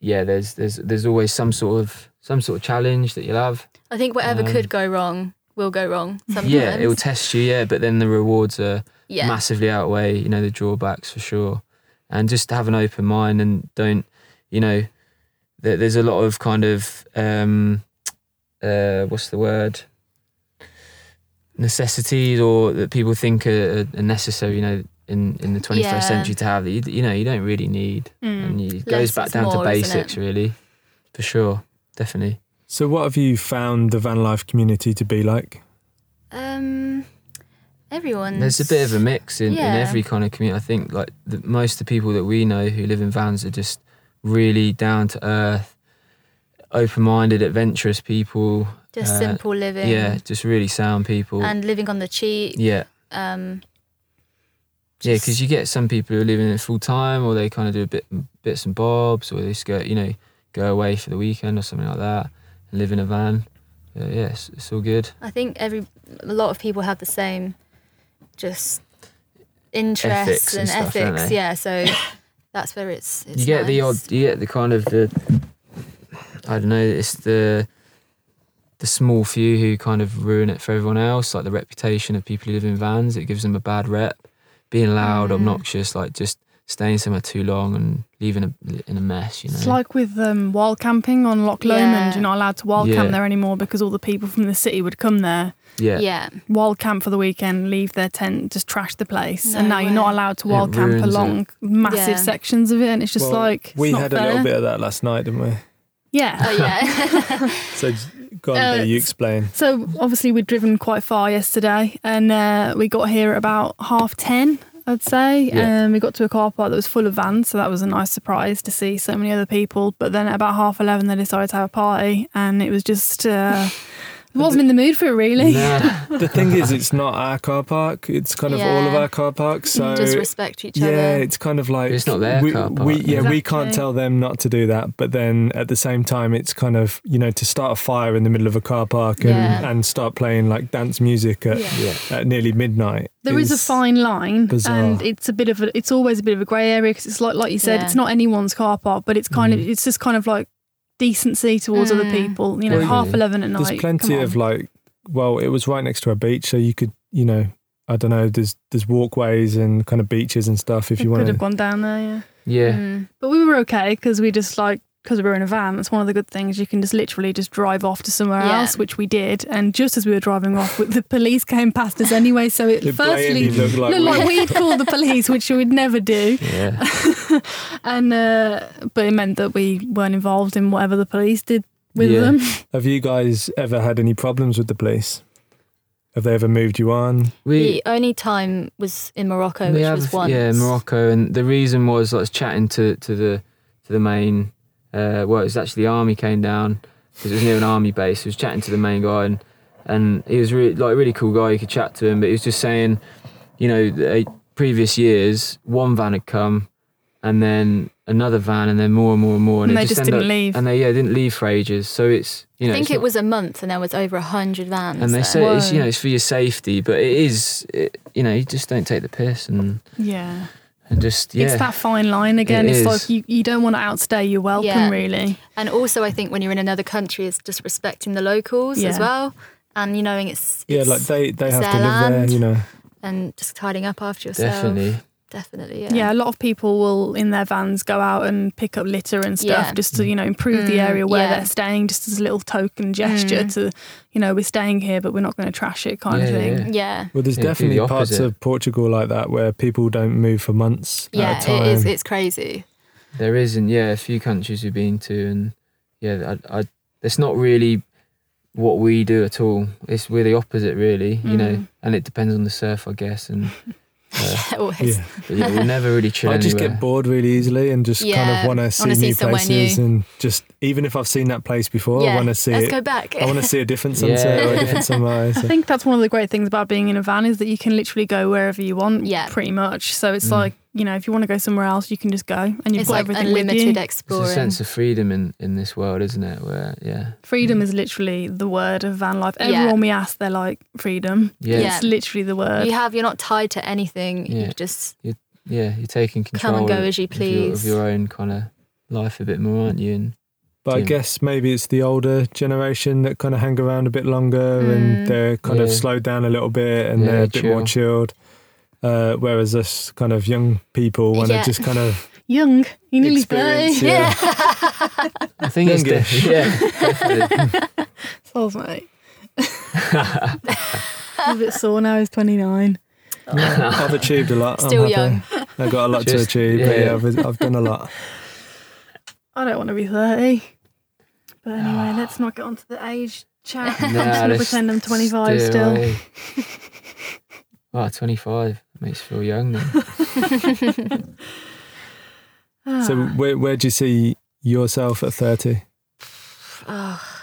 yeah. there's there's there's always some sort of some sort of challenge that you'll have.
I think whatever
Um,
could go wrong will go wrong sometimes.
Yeah, it will test you. Yeah, but then the rewards are
yeah.
massively outweigh you know the drawbacks for sure, and just have an open mind and don't you know there, there's a lot of kind of um, uh, what's the word necessities or that people think are, are necessary, you know, in, in the 21st
Yeah. Mm.
century to have that you, you know you don't really need,
Mm.
and you- it
Less
goes back
is
down
more,
to
isn't it?
basics really, for sure, definitely.
So, what have you found the van life community to be like?
Um, everyone.
There's a bit of a mix in,
Yeah.
in every kind of community. I think like the, most of the people that we know who live in vans are just really down to earth, open-minded, adventurous people.
just
uh,
simple living.
Yeah, just really sound people.
And living on the cheap.
yeah,
Um,
yeah, because you get some people who are living in full time, or they kind of do a bit bits and bobs, or they just go, you know, go away for the weekend or something like that, and live in a van. Uh, yeah, it's, it's all good.
I think every a lot of people have the same just interests
Ethics and
and,
stuff, don't
ethics.
they?
Yeah,
[coughs]
so that's where it's. it's
you get the odd,
nice.
you get the kind of the, I don't know, it's the, the small few who kind of ruin it for everyone else, like the reputation of people who live in vans. It gives them a bad rep, being loud,
Mm.
obnoxious, like just staying somewhere too long and leaving a, in a mess. You know,
It's like with um, wild camping on Loch Lomond.
Yeah.
You're not allowed to wild
Yeah.
camp there anymore because all the people from the city would come there,
yeah,
Yeah.
wild camp for the weekend, leave their tent, just trash the place. and
No
now you're not
way.
allowed to wild
It
camp
ruins it.
along massive
Yeah.
sections of it. And it's just
Well,
like, it's
we
not
had
fair.
a little bit of that last night, didn't we?
Yeah.
Oh
[laughs]
yeah. [laughs]
So go on,
Uh,
Bea, you explain.
[laughs] So obviously we'd driven quite far yesterday, and uh, we got here at about half ten, I'd say,
Yeah.
and we got to a car park that was full of vans, so that was a nice surprise to see so many other people. But then at about half eleven, they decided to have a party, and it was just
[laughs]
uh, I wasn't in the mood for it really.
Nah.
[laughs]
The thing is, it's not our car park. It's kind of all of
Yeah.
our car parks. So
just respect each
yeah,
other.
it's kind of like
It's not their
we,
car park,
We, yeah,
yeah.
we can't
Exactly.
tell them not to do that, but then at the same time, it's kind of you know to start a fire in the middle of a car park and,
Yeah.
and start playing like dance music at,
Yeah.
yeah.
at nearly midnight.
There is a fine line,
bizarre.
and it's a bit of a, it's always a bit of a grey area because it's like like you said,
Yeah.
it's not anyone's car park, but it's kind
Mm.
of it's just kind of like decency towards other
Mm.
people. You know,
Well,
half
yeah.
eleven at night.
There's plenty
come on.
of like, well, it was right next to a beach, so you could you know I don't know. There's there's walkways and kind of beaches and stuff if
It
you
could
want
have
to.
gone down there, yeah.
Yeah.
Mm.
But we were okay because we just like because we were in a van. That's one of the good things. You can just literally just drive off to somewhere
Yeah.
else, which we did. And just as we were driving off, the police came past us anyway. So it firstly
look like,
looked
we-
like we'd call the police, which we would never do.
Mm.
Yeah.
[laughs] And uh, but it meant that we weren't involved in whatever the police did with
[laughs]
Yeah.
them.
Have you guys ever had any problems with the police? Have they ever moved you on?
We,
the only time was in Morocco,
We
which
have-
was once.
Yeah, Morocco, and the reason was I was chatting to, to the to the main. Uh, well, it was actually the army came down because it was near an army base. I was chatting to the main guy, and and he was really like a really cool guy. You could chat to him, but he was just saying, you know, the, uh, previous years one van had come, and then another van, and then more and more and more,
And
it
they just
ended
didn't leave.
and they yeah didn't leave for ages. So it's you know
I think
it's
it
not-
was a month, and there was over a hundred vans.
And they
there.
say it's you
Whoa.
know it's for your safety, but it is it, you know you just don't take the piss and
Yeah,
and just yeah
it's that fine line again.
It
it's
is.
like you, you don't want to outstay your welcome,
Yeah.
really.
And also, I think when you're in another country, it's just respecting the locals
Yeah.
as well, and you knowing it's,
Yeah,
it's-
like they they
it's
have to
their
live there,
land.
you know.
and just tidying up after yourself.
Definitely.
definitely,
Yeah,
yeah.
a lot of people will in their vans go out and pick up litter and stuff
Yeah.
just to you know improve the
Mm,
area where
yeah.
they're staying, just as a little token gesture
Mm.
to you know we're staying here but we're not going to trash it kind of
Yeah,
thing.
yeah,
yeah,
Well, there's
Yeah, do the
definitely parts
opposite.
of Portugal like that where people don't move for months
yeah.
at a time.
it is. It's crazy. [laughs]
There is, and yeah, a few countries we've been to, and yeah, I, I, it's not really what we do at all. It's we're the opposite, really, you know.
Mm.
And it depends on the surf, I guess, and uh,
Always.
yeah,
but yeah, we'll never really chill
I just
anywhere.
get bored really easily and just
Yeah,
kind of want to
wanna
see,
see
new
somewhere
places
new.
and just even if I've seen that place before, I
Yeah,
want to see
Let's
it.
go back.
I want to see a
[laughs]
different sunset or a
Yeah.
different sunrise.
[laughs]
I think that's one of the great things about being in a van is that you can literally go wherever you want,
Yeah.
pretty much. So it's
Mm.
like you know if you want to go somewhere else, you can just go and you've
it's
got
like
everything
unlimited e-
with you.
There's a
exploring.
sense of freedom in in this world, isn't it? Where yeah,
Freedom is literally the word of van life.
Yeah.
Everyone we ask, they're like freedom.
yeah, yeah,
Yeah.
It's literally the word.
you have. You're not tied to anything.
Yeah.
You just
you're taking control.
come and go
of,
as you
of your, of
please.
your own kind of life a bit more, aren't you? And
But I
Yeah.
guess maybe it's the older generation that kind of hang around a bit longer and
Mm.
they're kind of
Yeah.
slowed down a little bit and
Yeah,
they're a bit more chilled. Uh, whereas us kind of young people want to
Yeah.
just kind
[laughs]
of
Young, you nearly
Experience,
thirty.
yeah.
[laughs] I think it's
Youngish. [laughs]
de- yeah, definitely.
Sold, Oh, mate. I'm a bit sore now. He's 29.
I've achieved a lot. [laughs] I'm
Still
happy. I've got a lot
Just-
to achieve. But
yeah.
yeah, I've, I've done a
[laughs]
lot.
I don't want to be 30. But anyway, let's not get onto the age chat. I'm
Nah,
just going to
let's
pretend I'm 25
steer
still.
away. wow, 25 makes you feel young. Then.
[laughs]
So
Ah.
where, where do you see yourself at 30?
[sighs] oh, [laughs]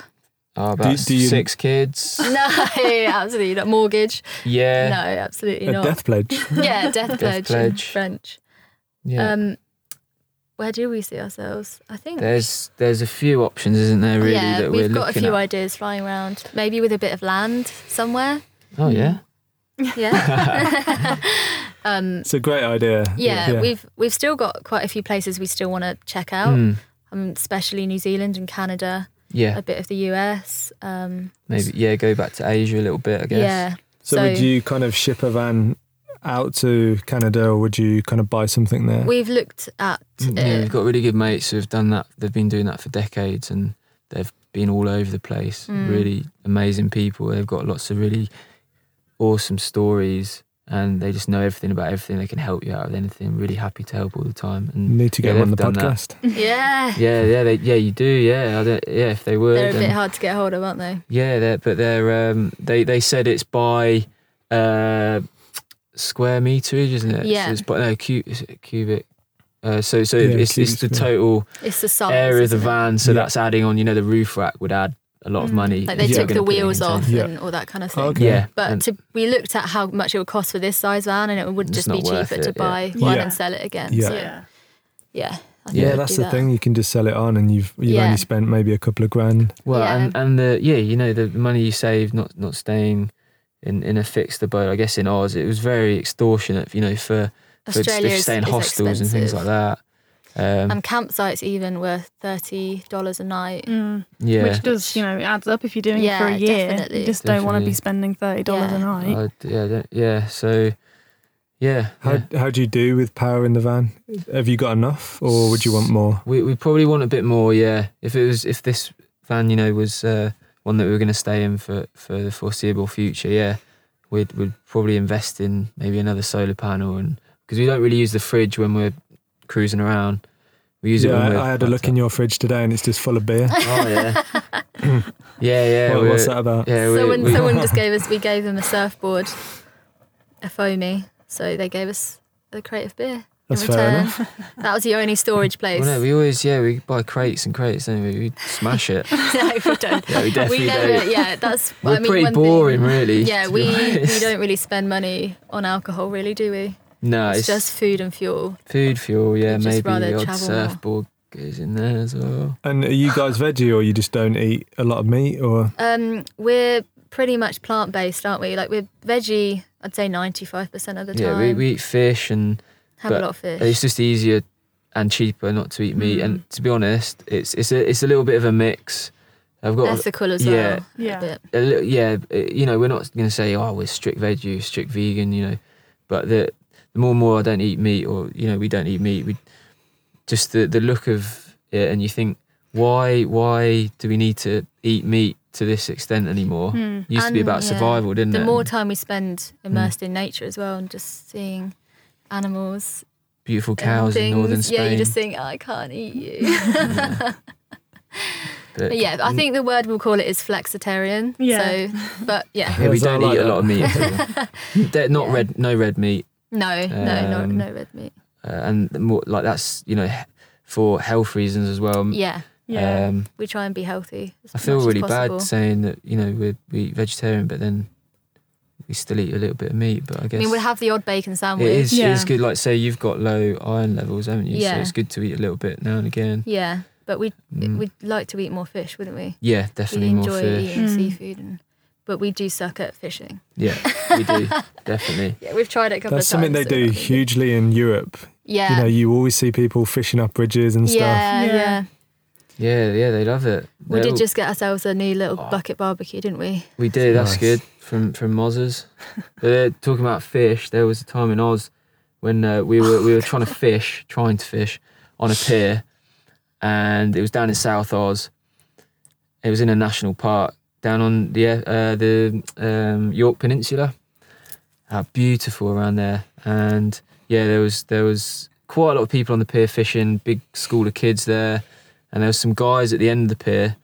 Oh, about
do you-
six kids.
no, [laughs] absolutely not. Mortgage.
Yeah,
No, absolutely
a
[laughs]
not.
[laughs]
death pledge.
yeah, death pledge. in
pledge.
French.
yeah.
Um, where do we see ourselves? I think
There's there's a few options, isn't there? Really,
yeah,
that
we've
we're
got a
looking
few
at.
ideas flying around. Maybe with a bit of land somewhere.
Oh yeah, [laughs]
Yeah. [laughs] um,
It's a great idea.
yeah, we've we've still got quite a few places we still want to check out.
Mm,
Um, especially New Zealand and Canada,
yeah.
a bit of the US. Um,
Maybe yeah. Go back to Asia a little bit, I guess.
Yeah.
So, would you kind of ship a van out to Canada, or would you kind of buy something there?
We've looked at
Hmm. Yeah, we've
it.
got really good mates who've done that. They've been doing that for decades, and they've been all over the place.
Mm.
Really amazing people. They've got lots of really awesome stories, and they just know everything about everything. They can help you out with anything. Really happy to help all the time.
Hmm.
And
Need to
Yeah,
get them on the
they've done that.
podcast.
[laughs] Yeah.
yeah, yeah, they, yeah, you do. Yeah, I don't, yeah. If they were,
They're a
then-
bit hard to get hold of, aren't they?
yeah, they're, but they're um, they they said it's by uh, square meterage, isn't it?
Yeah.
So it's by no cu- is it cubic. Uh, so so
Yeah,
it's it's
cubic
the
square.
total
It's the size.
area of the
isn't it?
van. So
Yeah.
that's adding on. You know, the roof rack would add a lot of
Mm.
money.
Like they
if you're
took
gonna
the
put it
wheels
into-
off
Yeah.
and all that kind of thing.
Okay.
Yeah,
But
and
to, we looked at how much it would cost for this size van, and it would
It's
just
not
be
worth
cheaper
it,
to
yeah.
buy one
Yeah.
and sell it again.
Yeah.
So,
Yeah.
yeah. I think
Yeah,
I'd
that's
do
the
that.
thing. You can just sell it on, and you've you've
Yeah.
only spent maybe a couple of grand.
well,
yeah.
and and the yeah, you know, the money you save not not staying in in a fixed abode. I guess in ours, it was very extortionate. You know, for for
Australia is,
staying
is
hostels and things
expensive.
like that. Um,
And campsites even were thirty dollars a night.
Mm.
yeah.
Which does, you know, it adds up if you're doing it for
Yeah,
a year.
definitely.
You just don't want to
Definitely.
be spending $30
Yeah.
a night.
I d- yeah, I don't- yeah. So, yeah,
How
yeah.
how do you do with power in the van? Have you got enough, or would you want more?
we we probably want a bit more. Yeah, if it was if this van, you know, was uh, one that we were going to stay in for for the foreseeable future, yeah, we'd we'd probably invest in maybe another solar panel, and because we don't really use the fridge when we're cruising around, we use it.
yeah,
When we're
I, I had a look in your fridge today, and it's just full of beer.
Oh
[laughs]
yeah, yeah, yeah.
What- what's
we're-
that about?
Yeah,
so
we-
when
we-
someone
[laughs]
just gave us, we gave them a surfboard, a foamy. So they gave us a crate of beer
That's
in
fair
return.
enough.
[laughs]
That was the only storage place.
Well, no, we always yeah we buy crates and crates, don't we? We
[laughs]
smash it.
[laughs] no, we don't.
Yeah, we definitely
we never.
[laughs]
don't.
Yeah, that's.
[laughs] We're
I mean,
pretty
one
boring,
Thing,
really.
yeah,
to
we
be
we
honest. [laughs]
don't really spend money on alcohol, really, do we?
No,
it's just food and fuel.
Food fuel, yeah,
I'd just
maybe
rather
the odd
travel
surfboard goes in there as well.
And are you guys veggie, or you just don't eat a lot of meat, or
Um, we're pretty much plant based, aren't we? Like we're veggie. I'd say ninety five percent of the time.
Yeah, we, we eat fish and
have a
but
lot of fish. Mm.
it's just easier and cheaper not to eat meat. And to be honest, it's it's a it's a little bit of a mix. I've got a-
ethical as
yeah.
well. a
Yeah.
bit.
a little, yeah, it- you know, we're not going to say, oh, we're strict veggie, strict vegan, you know, but the, the more and more I don't eat meat or, you know, we don't eat meat, we just the, the look of it and you think, why, why do we need to eat meat to this extent anymore?
Mm.
Used to be
Hmm. And,
about
yeah,
survival, didn't
The
it?
more
And Mm.
time we spend immersed in nature as well, and just seeing animals,
Beautiful
and
cows in
things.
northern Spain.
Yeah, you just think, "Oh, I can't
[laughs]
eat you.
but,
[laughs] But yeah, I think the word we'll call it is flexitarian.
Yeah.
So, but yeah,
[laughs] yeah, we
Is that
don't
like
eat a
that?
lot of meat. do we?
[laughs]
[laughs] They're not
Yeah.
red, no red meat.
no, no, no,
Um,
no red meat.
Uh, and the more, like that's, you know, he- for health reasons as well.
Yeah,
[laughs] Yeah.
Um,
we try and be healthy. as
I feel
much as
really
possible.
bad saying that you know we we eat vegetarian, but then we still eat a little bit of meat. But I
I
guess
mean, we'll have the odd bacon
it
sandwich.
is it is
Yeah.
good. Like say you've got low iron levels, haven't you?
Yeah.
So it's good to eat a little bit now and again.
Yeah, but we
Mm.
we'd like to eat more fish, wouldn't we?
Yeah,
We
definitely more
enjoy
fish.
eating
Mm.
seafood, and, but we do suck at fishing.
Yeah, we
[laughs]
do definitely.
Yeah, we've tried it a couple
that's
of
something
times.
they
so
do
that'd be good.
hugely in Europe.
Yeah.
You know, you always see people fishing up bridges and stuff.
yeah,
Yeah.
yeah,
Yeah, yeah, they love it.
We
They're
did
all-
just get ourselves a new little
Oh.
bucket barbecue, didn't we?
we did. That's
Nice.
good from from Moz's. but uh, talking about fish, there was a time in Oz when uh, we were we were trying to fish, trying to fish on a pier, and it was down in South Oz. It was in a national park down on the uh, the um, York Peninsula. How uh, beautiful around there, and yeah, there was there was quite a lot of people on the pier fishing. Big school of kids there, and there was some guys at the end of the pier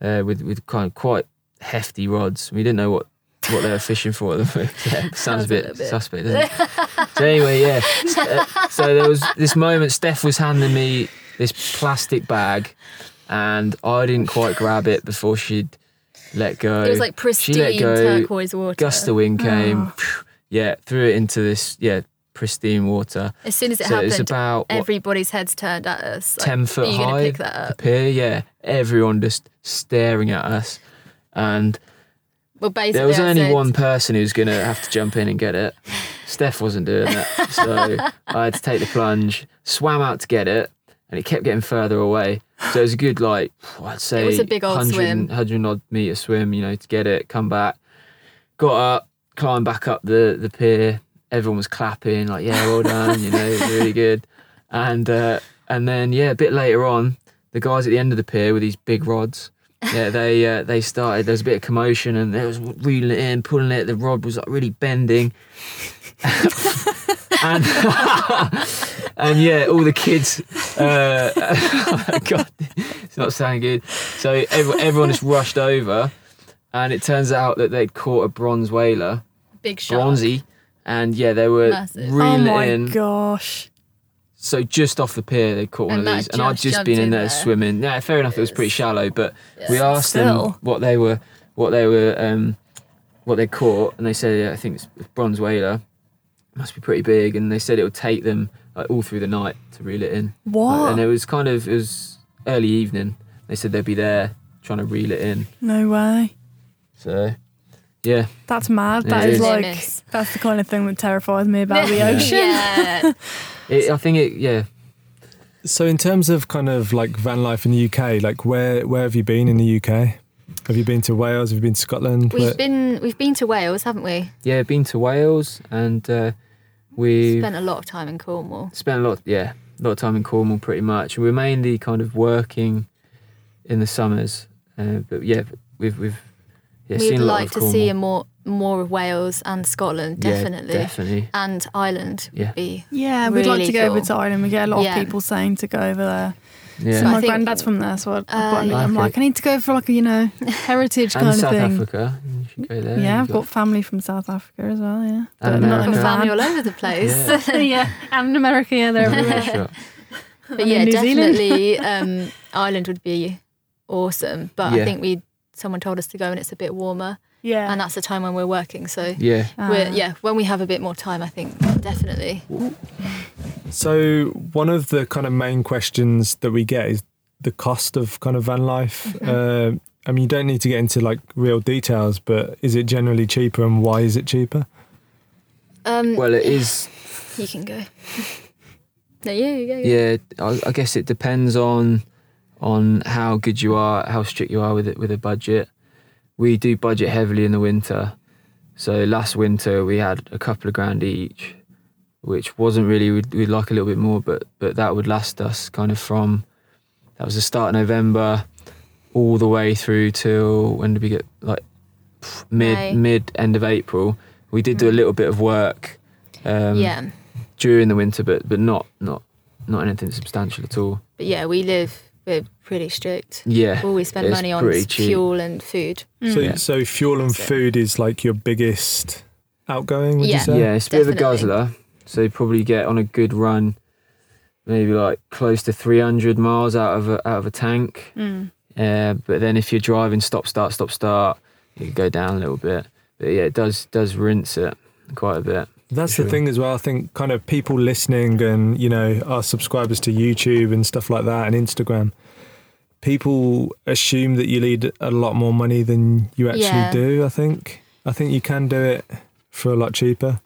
uh, with with kind of quite hefty rods. We didn't know what. What they were fishing for [laughs] at the moment. Yeah, sounds,
Sounds
a
a
bit,
little bit.
suspect, doesn't it? So anyway, yeah. So, uh, so there was this moment. Steph was handing me this plastic bag, and I didn't quite grab it before she'd let go.
It was like pristine
go.
turquoise water.
gust of wind came.
Oh.
phew, Yeah, threw it into this yeah pristine water.
As soon as it
so
happened,
it's about what,
everybody's heads turned at us. Like,
10 foot
are you gonna
high.
pick that up?
the pier, yeah. Everyone just staring at us. And
Well, basically,
there was
I
only
said-
one person who was going to have to jump in and get it. Steph wasn't doing
[laughs]
that. So I had to take the plunge, swam out to get it, and it kept getting further away. So it was a good, like, I'd say
It was a big old
100,
swim.
100 odd meter swim, you know, to get it, come back. Got up, climbed back up the, the pier. Everyone was clapping, like, yeah, well done, you know, really good. And, uh, and then, yeah, a bit later on, the guys at the end of the pier with these big rods. Yeah, they uh, they started. There was a bit of commotion, and they was reeling it in, pulling it. The rod was like really bending, [laughs] and [laughs] and yeah, all the kids. Uh, [laughs] God, it's not sounding good. So everyone, everyone just rushed over, and it turns out that they'd caught a bronze whaler,
big shark.
bronzy, and yeah, they were
Massive. Oh
Oh
reeling
my
it in.
gosh.
So just off the pier, they caught
And
one of
that
these, and I'd
just
just
jumped
been in
in
there,
there.
swimming. Yeah, fair enough. It was pretty shallow, but we asked them
Still.
what they were, what they were, um, what they caught, and they said, yeah, I think it's a bronze whaler. must be pretty big, and they said it would take them like all through the night to reel it in.
What?
And it was kind of it was early evening. They said they'd be there trying to reel it in.
No way.
So yeah,
That's mad.
It
That is
is.
like
Goodness.
that's the kind of thing that terrifies me
[laughs]
about the ocean.
Yeah.
it, I think it yeah
So, in terms of kind of like van life in the UK, like where where have you been in the UK? Have you been to Wales? Have you been to Scotland? Where-
[laughs] we've been we've been to Wales, haven't we?
yeah been to Wales and uh, we
Spent a lot of time in Cornwall.
spent a lot yeah a lot of time in cornwall pretty much we were mainly kind of working in the summers uh, but yeah we've we've yeah,
We'd
seen a lot
like
of
to see a
Cornwall.
more more of Wales and Scotland,
Yeah,
definitely,
definitely
and Ireland would
Yeah. [laughs]
be.
Yeah, we'd like
Really
to go over
cool.
to Ireland. We get a lot
Yeah.
of people saying to go over there.
yeah
So
I
my
think-
granddad's from there, so I've, I've got,
Uh,
I'm
Okay.
like, I need to go for like a you know heritage kind
and
of
south
thing.
africa you should go there
Yeah,
You've
I've got family from South Africa as well. Yeah,
And
not in
Got
America.
family all
Van.
over the place. [laughs]
Yeah.
yeah, and America. Yeah, they're
[laughs]
everywhere.
Shot.
But
And
yeah,
in New Zealand. [laughs]
definitely um, Ireland would be awesome. But
Yeah.
I think we someone told us to go and it's a bit warmer,
Yeah,
and that's the time when we're working. So
yeah
we're,
Ah.
yeah, when we have a bit more time, I think definitely.
So one of the kind of main questions that we get is the cost of kind of van life.
Mm-hmm.
Uh, I mean, you don't need to get into like real details, but is it generally cheaper, and why is it cheaper?
Um,
well it is
you can go. [laughs] no, you, you go.
yeah I, I guess it depends on on how good you are how strict you are with it with a budget we do budget heavily in the winter so last winter we had a couple of grand each which wasn't really we'd, we'd like a little bit more but but that would last us kind of from that was the start of november all the way through till when did we get like pff, mid
May.
mid end of april we did do a little bit of work um,
yeah.
during the winter, but but not not not anything substantial at all.
But yeah, we live. We're pretty strict.
Yeah,
All we spend
it's
money on
pretty
is
cheap.
fuel and food.
So,
Yeah.
so fuel and
Mm. That's it.
food is like your biggest outgoing. Would you
Yeah.
say?
yeah, it's a bit of a
Definitely.
guzzler, so you probably get on a good run, maybe like close to 300 miles out of a, out of a tank.
Mm.
Uh, but then if you're driving, stop, start, stop, start, you could go down a little bit. But yeah, it does does rinse it quite a bit.
That's
Sure.
the thing as well. I think kind of people listening and, you know, our subscribers to YouTube and stuff like that and Instagram, people assume that you need a lot more money than you actually
Yeah.
do, I think. I think you can do it for a lot cheaper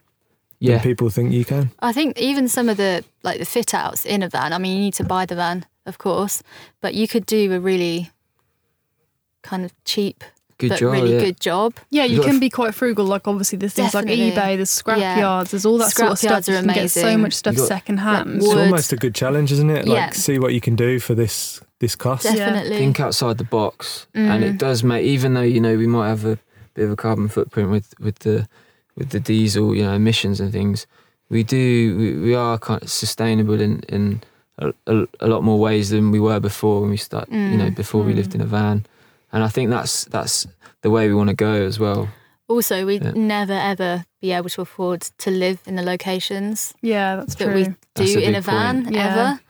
than
Yeah,
people think you can.
I think even some of the like the fit outs in a van. I mean, you need to buy the van, of course, but you could do a really kind of cheap
good
but
job.
really
yeah.
good job.
Yeah,
You
you
gotta
can be quite frugal. Like obviously, there's things
Definitely.
like eBay, there's scrap
Yeah.
yards, there's all that sort of
Scrap
stuff.
yards
You
are
can get so
amazing.
much stuff
You got-
second hand.
It's
Wood.
almost a good challenge, isn't it? Like
Yeah.
see what you can do for this this cost.
Yeah.
Definitely.
think outside the box and it
Mm.
does make even though you know we might have a bit of a carbon footprint with with the with the diesel you know emissions and things we do we, we are kind of sustainable in in a, a, a lot more ways than we were before when we start you know
Mm.
before we lived in a van and i think that's that's the way we want to go as well
Also, we'd
Yeah.
never ever be able to afford to live in the locations
Yeah, that's
that we
true.
do
That's a
in
big
a van
point. Yeah.
ever.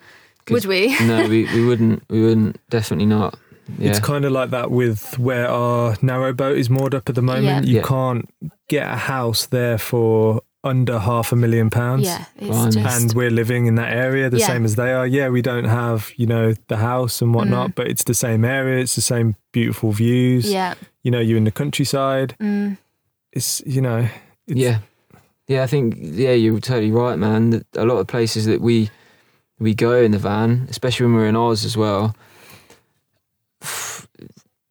Would we?
no
[laughs]
we, we wouldn't we wouldn't definitely not yeah
It's kind of like that with where our narrow boat is moored up at the moment.
Yeah.
You
Yeah.
can't get a house there for under half a million pounds.
yeah,
Blimey.
it's just
And we're living in that area the
Yeah. Mm-hmm.
same as they are. Yeah, we don't have, you know, the house and whatnot, but it's the same area. It's the same beautiful views.
yeah,
You know, you're in the countryside.
mm,
It's, you know, it's,
yeah, yeah. I think yeah, you're totally right, man. That A lot of places that we we go in the van, especially when we're in Oz as well,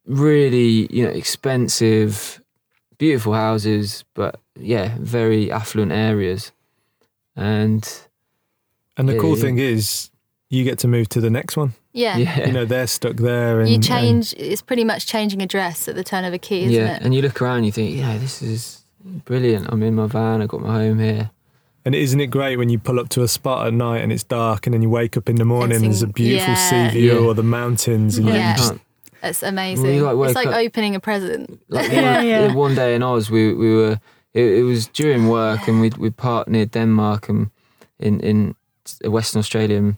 really you know expensive, beautiful houses, but yeah, very affluent areas, and
And the
Yeah,
cool
yeah.
thing is, you get to move to the next one.
yeah.
yeah, [laughs] um,
You know, they're stuck there. And,
you
and-
change. It's pretty much changing address at the turn of a key, isn't
yeah.
it?
And you look around, and you think, yeah, this is brilliant. I'm in my van. I got my home here.
And isn't it great when you pull up to a spot at night and it's dark and then you wake up in the morning and there's a
in-
beautiful
yeah.
sea view
Yeah.
or the mountains and
Like,
you
Yeah.
you
just
can't
It's amazing.
We, like,
it's
woke
like
up-
opening a present.
like
Yeah,
one,
yeah.
one day in Oz, we we were it, it was during work, and we we parked near Denmark and in in Western Australia. And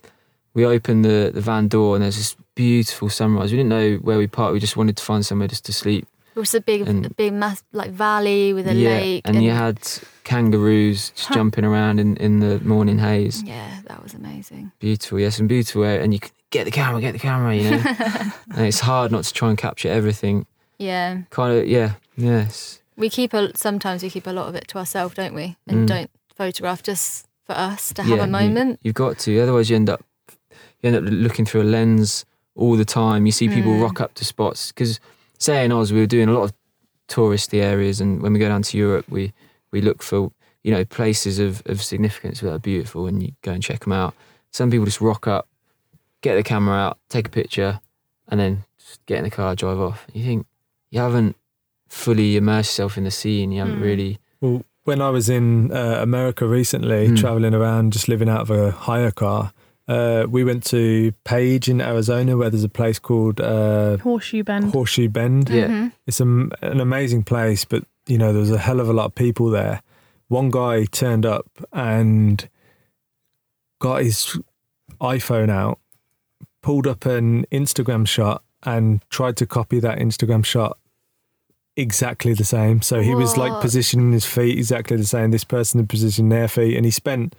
we opened the the van door, and there's this beautiful sunrise. We didn't know where we parked. We just wanted to find somewhere just to sleep.
It was a big,
And-
a big mass like valley with a lake.
and, you had kangaroos just
Huh. Mm.
jumping around in in the morning haze.
yeah, that was amazing.
Beautiful, yes, and beautiful. area, And you could get the camera, get the camera.
[laughs]
You know, and it's hard not to try and capture everything.
[laughs] Yeah,
Kind of, yeah, yes.
we keep a sometimes we keep a lot of it to ourselves, don't we? And
Mm.
don't photograph just for us to have
Yeah,
a
you-
moment.
You've got to, otherwise you end up you end up looking through a lens all the time. You see people
Mm.
rock up to spots because, say in Oz, we were doing a lot of touristy areas, and when we go down to Europe, we we look for you know places of of significance that are beautiful, and you go and check them out. Some people just rock up, get the camera out, take a picture, and then just get in the car, drive off. You think you haven't fully immersed yourself in the scene. You haven't
Mm.
really,
Well, when I was in uh, America recently,
Mm.
traveling around, just living out of a hire car, uh, we went to Page in Arizona, where there's a place called uh,
Horseshoe
Um,
Bend.
Horseshoe Bend.
Yeah.
Mhm.
It's a, an amazing place, but you know there was a hell of a lot of people there. One guy turned up and got his iPhone out, pulled up an Instagram shot, and tried to copy that Instagram shot exactly the same. So he was like
What?
positioning his feet exactly the same. This person had positioned their feet, and he spent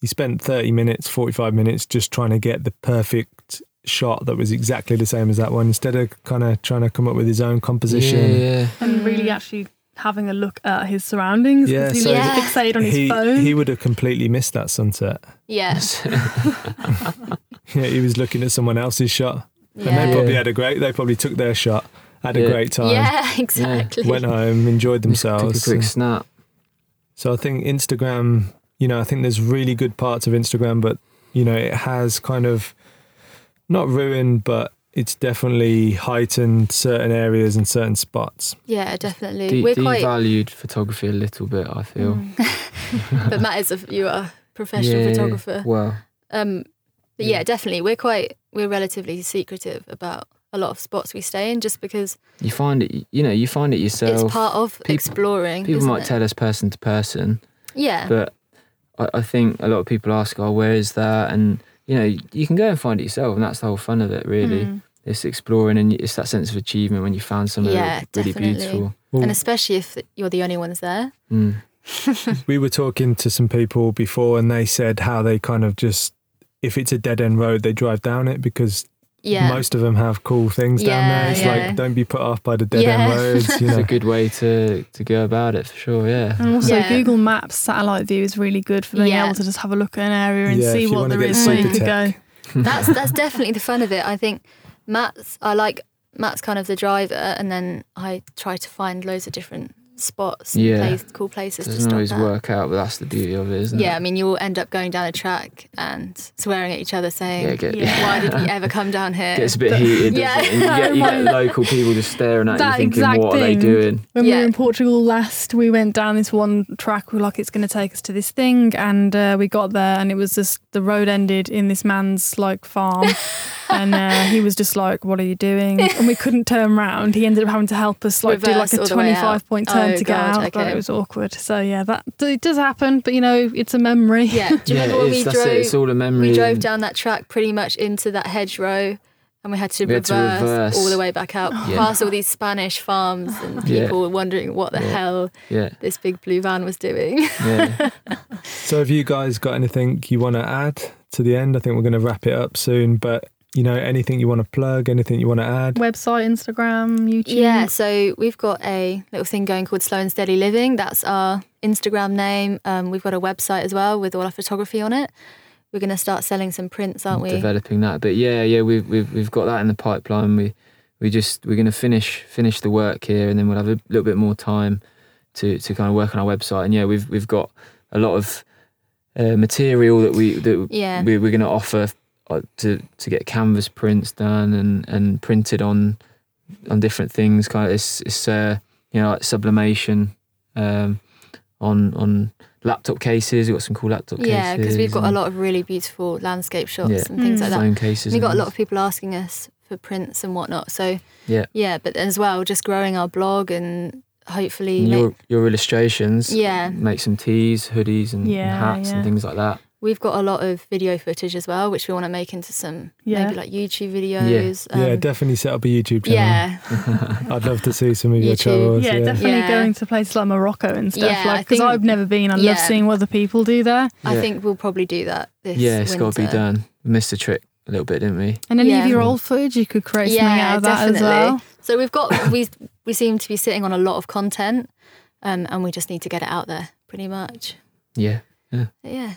he spent thirty minutes, forty five minutes just trying to get the perfect shot that was exactly the same as that one instead of kind of trying to come up with his own composition
Yeah, [laughs] yeah.
And really actually having a look at his surroundings.
Yeah,
'cause he
so-
looked
Yeah.
fixated on his
he,
phone.
he would have completely missed that sunset. [laughs]
Yeah,
Yeah, he was looking at someone else's shot, and
yeah,
they
Yeah.
probably had a great. They probably took their shot, had a
Yeah.
great time,
yeah, exactly.
went home, enjoyed
Just Took a
themselves.
quick snap.
So I think Instagram, you know, I think there's really good parts of Instagram, but you know, it has kind of not ruined, but it's definitely heightened certain areas and certain spots.
[laughs] yeah, definitely.
De-
We're quite Mm,
devalued photography a little bit, I feel.
but Matt is a, you are a professional
Yeah,
photographer.
Well,
Um, but
Yeah.
yeah. definitely, we're quite we're relatively secretive about a lot of spots we stay in, just because
you find it, you know, you find it yourself.
it's part of
peop-
exploring.
people
isn't
might
it?
tell us person to person,
yeah,
but I, I think a lot of people ask, oh, where is that? And, you know, you can go and find it yourself, and that's the whole fun of it, really.
Mm.
It's exploring, and it's that sense of achievement when you found somewhere
Yeah,
really
definitely.
beautiful.
Well,
and especially if you're the only ones there.
Mm.
we were talking to some people before, and they said how they kind of just, if it's a dead end road, they drive down it because
Yeah,
most of them have cool things down
Yeah,
there. It's
yeah.
like don't be put off by the dead end
Yeah.
roads.
[laughs]
You
It's a
know,
good way to, to go about it, for sure, yeah.
And also,
Yeah.
Google Maps satellite view is really good for being
Yeah.
able to just have a look at an area and
Yeah,
see
if you
what
wanna
there
get
is where you
super
could go.
tech.
[laughs]
that's that's definitely the fun of it. I think Matt's I like Matt's kind of the driver, and then I try to find loads of different spots, and
Yeah.
place, cool places
It
to
doesn't
stop
always
at.
work out, but that's the beauty of it, isn't
Yeah, I
it?
mean, you'll end up going down a track and swearing at each other, saying,
Yeah, get,
Yeah.
"Why
[laughs]
did we ever come down here?"
gets a bit heated.
Yeah. [laughs]
doesn't it? And you get, you get local people just staring at
That
you,
exact
thinking, "What are they
thing.
doing?"
When we
Yeah.
were in Portugal last, we went down this one track. We were like, it's going to take us to this thing, and uh, we got there, and it was just the road ended in this man's like
[laughs]
farm, and uh, he was just like, "What are you doing?" And we couldn't turn round. He ended up having to help us like
Reverse
do
all
like a
the way out.
twenty-five point turn
Oh,
to get
God,
out. But
okay.
it was awkward. So yeah, that it does happen, but you know, it's a memory.
yeah, do you
yeah,
remember when
it
we
is. That's it. It's
drove?
all a memory.
We drove
and-
down that track pretty much into that hedgerow, and we had to,
We had
reverse,
to reverse.
all the way back out
Yeah.
past all these Spanish farms and
Yeah.
people were wondering what the
Yeah.
hell
[laughs] Yeah,
this big blue van was doing.
yeah.
So, have you guys got anything you want to add to the end? I think we're going to wrap it up soon, but you know, anything you want to plug, anything you want to add?
Website, Instagram, YouTube.
[laughs] Yeah, so we've got a little thing going called Slow and Steady Living. That's our Instagram name. Um, we've got a website as well with all our photography on it. We're going to start selling some prints, aren't we?
Developing that, but yeah, yeah, we've we've we've got that in the pipeline. We we just we're gonna finish finish the work here, and then we'll have a little bit more time to to kind of work on our website. And yeah, we've we've got a lot of uh, material that we that
Yeah.
we, we're going to offer uh, to to get canvas prints done and and printed on on different things. Kind of it's it's uh, you know like sublimation um, on on laptop cases. We've got some cool laptop
Yeah,
cases.
because we've got a
and
lot of really beautiful landscape shots
Yeah.
and things
Mm.
like that.
phone cases.
We
and
got a lot
things.
of people asking us for prints and whatnot. So
Yeah.
yeah, but as well, just growing our blog and hopefully,
And
make-
your your illustrations.
yeah,
Make some tees, hoodies, and, and
Yeah,
hats
yeah.
and things like that.
we've got a lot of video footage as well, which we want to make into some
Yeah.
maybe like YouTube videos.
yeah,
um,
definitely set up a YouTube channel.
yeah,
I'd love to see some of your
YouTube.
travels.
Yeah, definitely
Yeah.
going to places like Morocco and stuff.
Yeah, I
like, because
think-
I've never been. I
Yeah.
love seeing what other people do there.
I
Yeah.
think we'll probably do that [laughs] this
[laughs] yeah, it's got to be
winter.
done. We missed the trick a little bit, didn't we?
And any
Yeah.
of your old footage, you could create something
Yeah,
out of that
definitely.
as well.
So we've got we we seem to be sitting on a lot of content, um, and we just need to get it out there pretty much.
Yeah.
But yeah,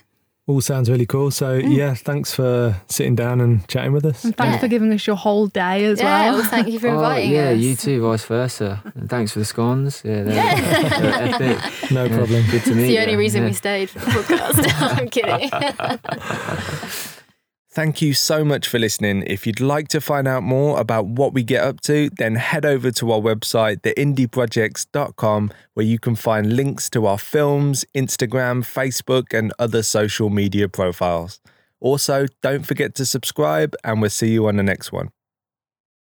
All sounds really cool. So,
Mm.
yeah, thanks for sitting down and chatting with us.
And thanks
Yeah.
for giving us your whole day as
yeah.
well.
Well, thank you for
[laughs] Oh,
inviting
yeah,
us.
you too, vice versa. And thanks for the scones. Yeah, they're, they're
[laughs]
epic.
No
Yeah, [laughs]
problem.
Good to meet
It's
you.
the only reason
Yeah.
we stayed for the podcast. [laughs] I'm kidding.
[laughs]
Thank you so much for listening. If you'd like to find out more about what we get up to, then head over to our website, theindieprojects.com, where you can find links to our films, Instagram, Facebook, and other social media profiles. Also, don't forget to subscribe, and we'll see you on the next one.